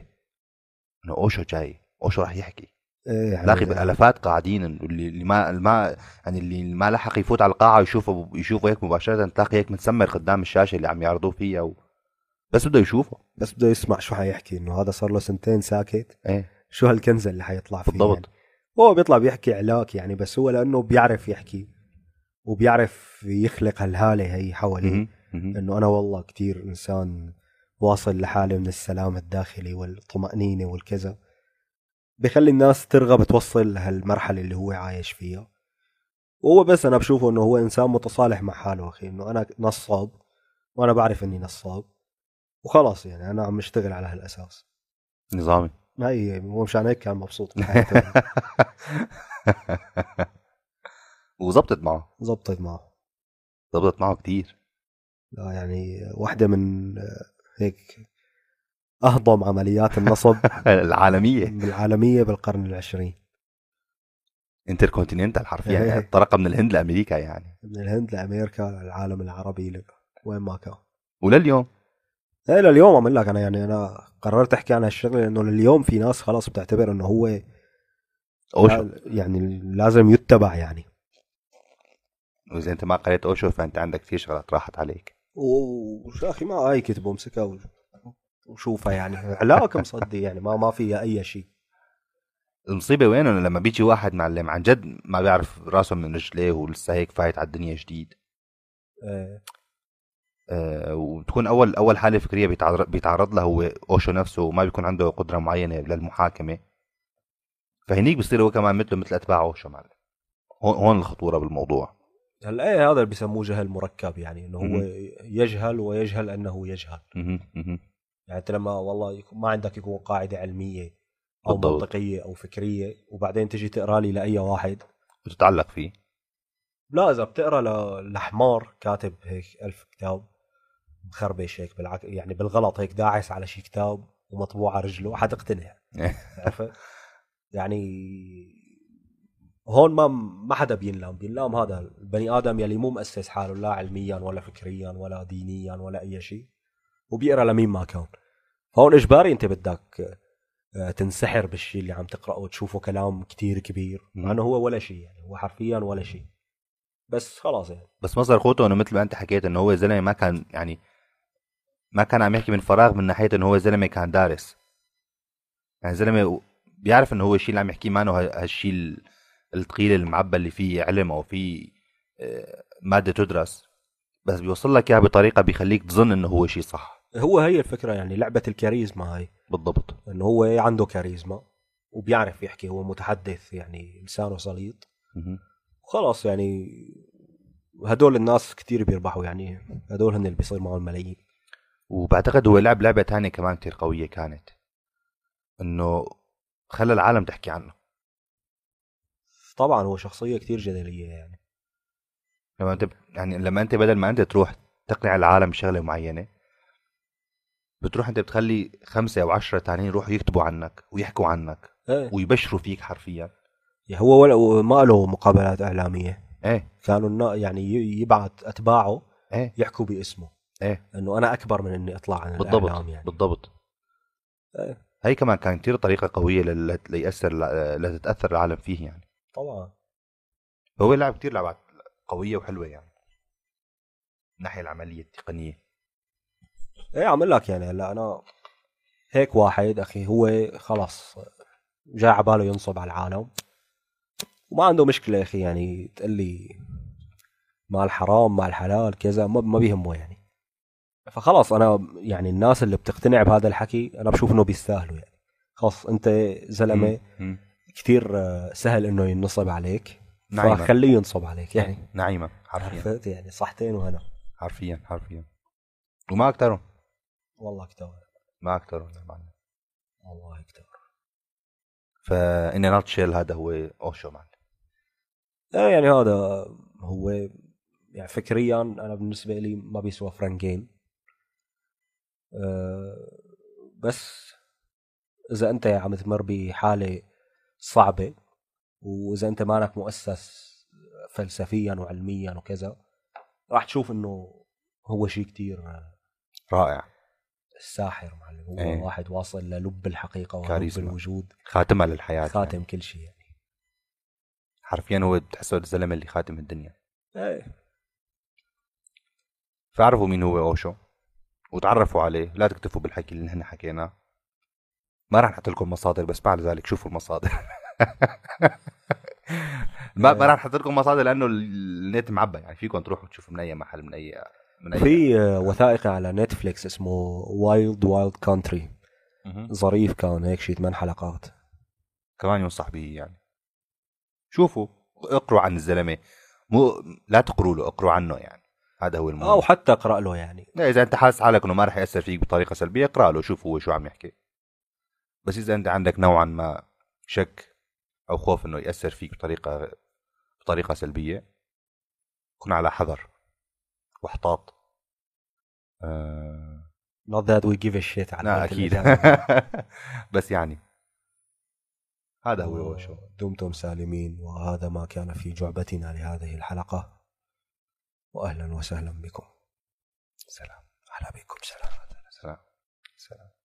S2: انه اوشو جاي اوشو رح يحكي
S1: إيه، يعني
S2: تلاقي بالالافات قاعدين اللي اللي ما اللي ما يعني اللي ما لحق يفوت على القاعه يشوفه يشوفه هيك مباشره تلاقي هيك متسمر قدام الشاشه اللي عم يعرضوه فيها و... بس بده يشوفه
S1: بس بده يسمع شو حيحكي انه هذا صار له سنتين ساكت
S2: ايه
S1: شو هالكنزه اللي حيطلع فيه
S2: بالضبط
S1: يعني. هو بيطلع بيحكي علاك يعني بس هو لانه بيعرف يحكي وبيعرف يخلق هالهاله هي حواليه
S2: مهم. مهم.
S1: انه انا والله كتير انسان واصل لحاله من السلام الداخلي والطمأنينة والكذا بخلي الناس ترغب توصل لهالمرحلة اللي هو عايش فيها وهو بس انا بشوفه انه هو انسان متصالح مع حاله اخي انه انا نصاب وانا بعرف اني نصاب وخلاص يعني انا عم اشتغل على هالاساس
S2: نظامي
S1: ما هي هو مشان هيك كان مبسوط بحياته
S2: وظبطت معه
S1: زبطت معه
S2: ظبطت معه كتير
S1: لا يعني واحدة من آه، هيك اهضم عمليات النصب
S2: العالميه
S1: العالمية بالقرن العشرين
S2: انتركونتيننتال
S1: إيه.
S2: حرفيا طرقه من الهند لامريكا يعني
S1: من الهند لامريكا للعالم العربي ل- وين ما كان
S2: ولليوم
S1: إيه لليوم عم أقول لك انا يعني انا قررت احكي عن هالشغله لانه لليوم في ناس خلاص بتعتبر انه هو
S2: اوشو
S1: يعني لازم يتبع يعني
S2: واذا انت ما قريت اوشو فانت عندك كثير شغلات راحت عليك
S1: وشو اخي ما هاي كتبه امسكها و- وشوفها يعني علاقة مصدي يعني ما ما فيها اي شيء
S2: المصيبه وين إنه لما بيجي واحد معلم عن جد ما بيعرف راسه من رجليه ولسه هيك فايت على الدنيا جديد
S1: آه،
S2: آه، وبتكون اول اول حاله فكريه بيتعرض, بيتعرض لها هو اوشو نفسه وما بيكون عنده قدره معينه للمحاكمه فهنيك بصير هو كمان مثله مثل اتباع اوشو معلم هون هون الخطوره بالموضوع
S1: هلا إيه هذا اللي بيسموه جهل مركب يعني انه هو
S2: مهم.
S1: يجهل ويجهل انه يجهل
S2: مهم، مهم.
S1: يعني انت لما والله يكون- ما عندك يكون قاعده علميه او
S2: بالضبط.
S1: منطقيه او فكريه وبعدين تجي تقرا لي لاي واحد
S2: وتتعلق فيه
S1: لا اذا بتقرا ل- لحمار كاتب هيك ألف كتاب مخربش هيك بالعك... يعني بالغلط هيك داعس على شي كتاب ومطبوع على رجله حتقتنع عرفت؟ يعني هون ما ما حدا بينلام بينلام هذا البني ادم يلي مو مؤسس حاله لا علميا ولا فكريا ولا دينيا ولا اي شيء وبيقرا لمين ما كان هون اجباري انت بدك آه، تنسحر بالشيء اللي عم تقراه وتشوفه كلام كتير كبير مع انه هو ولا شيء يعني هو حرفيا ولا شيء بس خلاص يعني
S2: بس مصدر قوته انه مثل ما انت حكيت انه هو زلمه ما كان يعني ما كان عم يحكي من فراغ من ناحيه انه هو زلمه كان دارس يعني زلمه بيعرف انه هو الشيء اللي عم يحكيه ما انه ه- هالشيء ال- الثقيل المعبى اللي فيه علم او فيه آه، ماده تدرس بس بيوصل لك اياها بطريقه بيخليك تظن انه هو شيء صح
S1: هو هي الفكره يعني لعبه الكاريزما هاي
S2: بالضبط
S1: انه هو عنده كاريزما وبيعرف يحكي هو متحدث يعني لسانه سليط
S2: مهم.
S1: خلاص يعني هدول الناس كتير بيربحوا يعني هدول هن اللي بيصير معهم ملايين
S2: وبعتقد هو لعب لعبه تانية كمان كتير قويه كانت انه خلى العالم تحكي عنه
S1: طبعا هو شخصية كتير جدلية يعني
S2: لما انت يعني لما انت بدل ما انت تروح تقنع العالم بشغله معينه بتروح انت بتخلي خمسه او عشرة تانيين يروحوا يكتبوا عنك ويحكوا عنك
S1: ايه
S2: ويبشروا فيك حرفيا
S1: يعني هو ولا ما له مقابلات إعلامية
S2: ايه
S1: كانوا النا- يعني ي- يبعت أتباعه
S2: ايه
S1: يحكوا باسمه
S2: ايه
S1: إنه أنا أكبر من إني أطلع عن
S2: بالضبط
S1: الإعلام يعني
S2: بالضبط
S1: ايه
S2: هي كمان كان كتير طريقه قويه لل- ليأثر الع- لتتاثر العالم فيه يعني
S1: طبعا
S2: فهو لعب كتير لعبات قويه وحلوه يعني من الناحيه العمليه التقنيه
S1: ايه عم أقول لك يعني هلا أنا هيك واحد أخي هو خلاص جاي على باله ينصب على العالم وما عنده مشكلة يا أخي يعني تقول لي مع الحرام مع الحلال كذا ما ما بيهمه يعني فخلاص أنا يعني الناس اللي بتقتنع بهذا الحكي أنا بشوف إنه بيستاهلوا يعني خلاص أنت زلمة
S2: مم.
S1: كتير آه، سهل إنه ينصب عليك
S2: نعيمة.
S1: فخليه ينصب عليك يعني
S2: نعيمه حرفيا
S1: عرفت يعني صحتين وهنا
S2: حرفيا حرفيا وما اكترهم
S1: والله كتار
S2: ما اكترهم يا معلم
S1: والله كتار
S2: فان ناتشيل هذا هو اوشو مان
S1: ايه يعني هذا هو يعني فكريا انا بالنسبه لي ما بيسوى فرنكين أه بس اذا انت عم تمر بحاله صعبه واذا انت مالك مؤسس فلسفيا وعلميا وكذا راح تشوف انه هو شيء كتير
S2: رائع
S1: ساحر معلم هو
S2: إيه.
S1: ايه. واحد واصل للب الحقيقه ولب
S2: كاريزما.
S1: الوجود
S2: خاتمها للحياه خاتم. يعني.
S1: خاتم كل شيء يعني
S2: حرفيا هو بتحسه الزلمه اللي خاتم الدنيا
S1: ايه
S2: فاعرفوا مين هو اوشو وتعرفوا عليه لا تكتفوا بالحكي اللي نحن حكيناه ما راح نحط لكم مصادر بس بعد ذلك شوفوا المصادر ما ما راح نحط لكم مصادر لانه النت معبى يعني فيكم تروحوا تشوفوا من اي محل من اي من اي
S1: في آه، وثائقي على نتفليكس اسمه وايلد وايلد كانتري
S2: مهم.
S1: ظريف كان هيك شي ثمان حلقات
S2: كمان ينصح به يعني شوفوا اقروا عن الزلمه مو لا تقروا له اقروا عنه يعني هذا هو المهم
S1: او حتى اقرا له يعني
S2: لا، اذا انت حاسس حالك انه ما راح ياثر فيك بطريقه سلبيه اقرا له شوف هو شو عم يحكي بس اذا انت عندك نوعا ما شك او خوف انه ياثر فيك بطريقه بطريقه سلبيه كن على حذر واحتاط آه...
S1: not that we give a shit على
S2: لا
S1: البنت اللي
S2: اكيد
S1: جنبنا.
S2: بس يعني هذا هو شو
S1: دمتم سالمين وهذا ما كان في جعبتنا لهذه الحلقة وأهلا وسهلا بكم سلام أهلا بكم سلام
S2: سلام سلام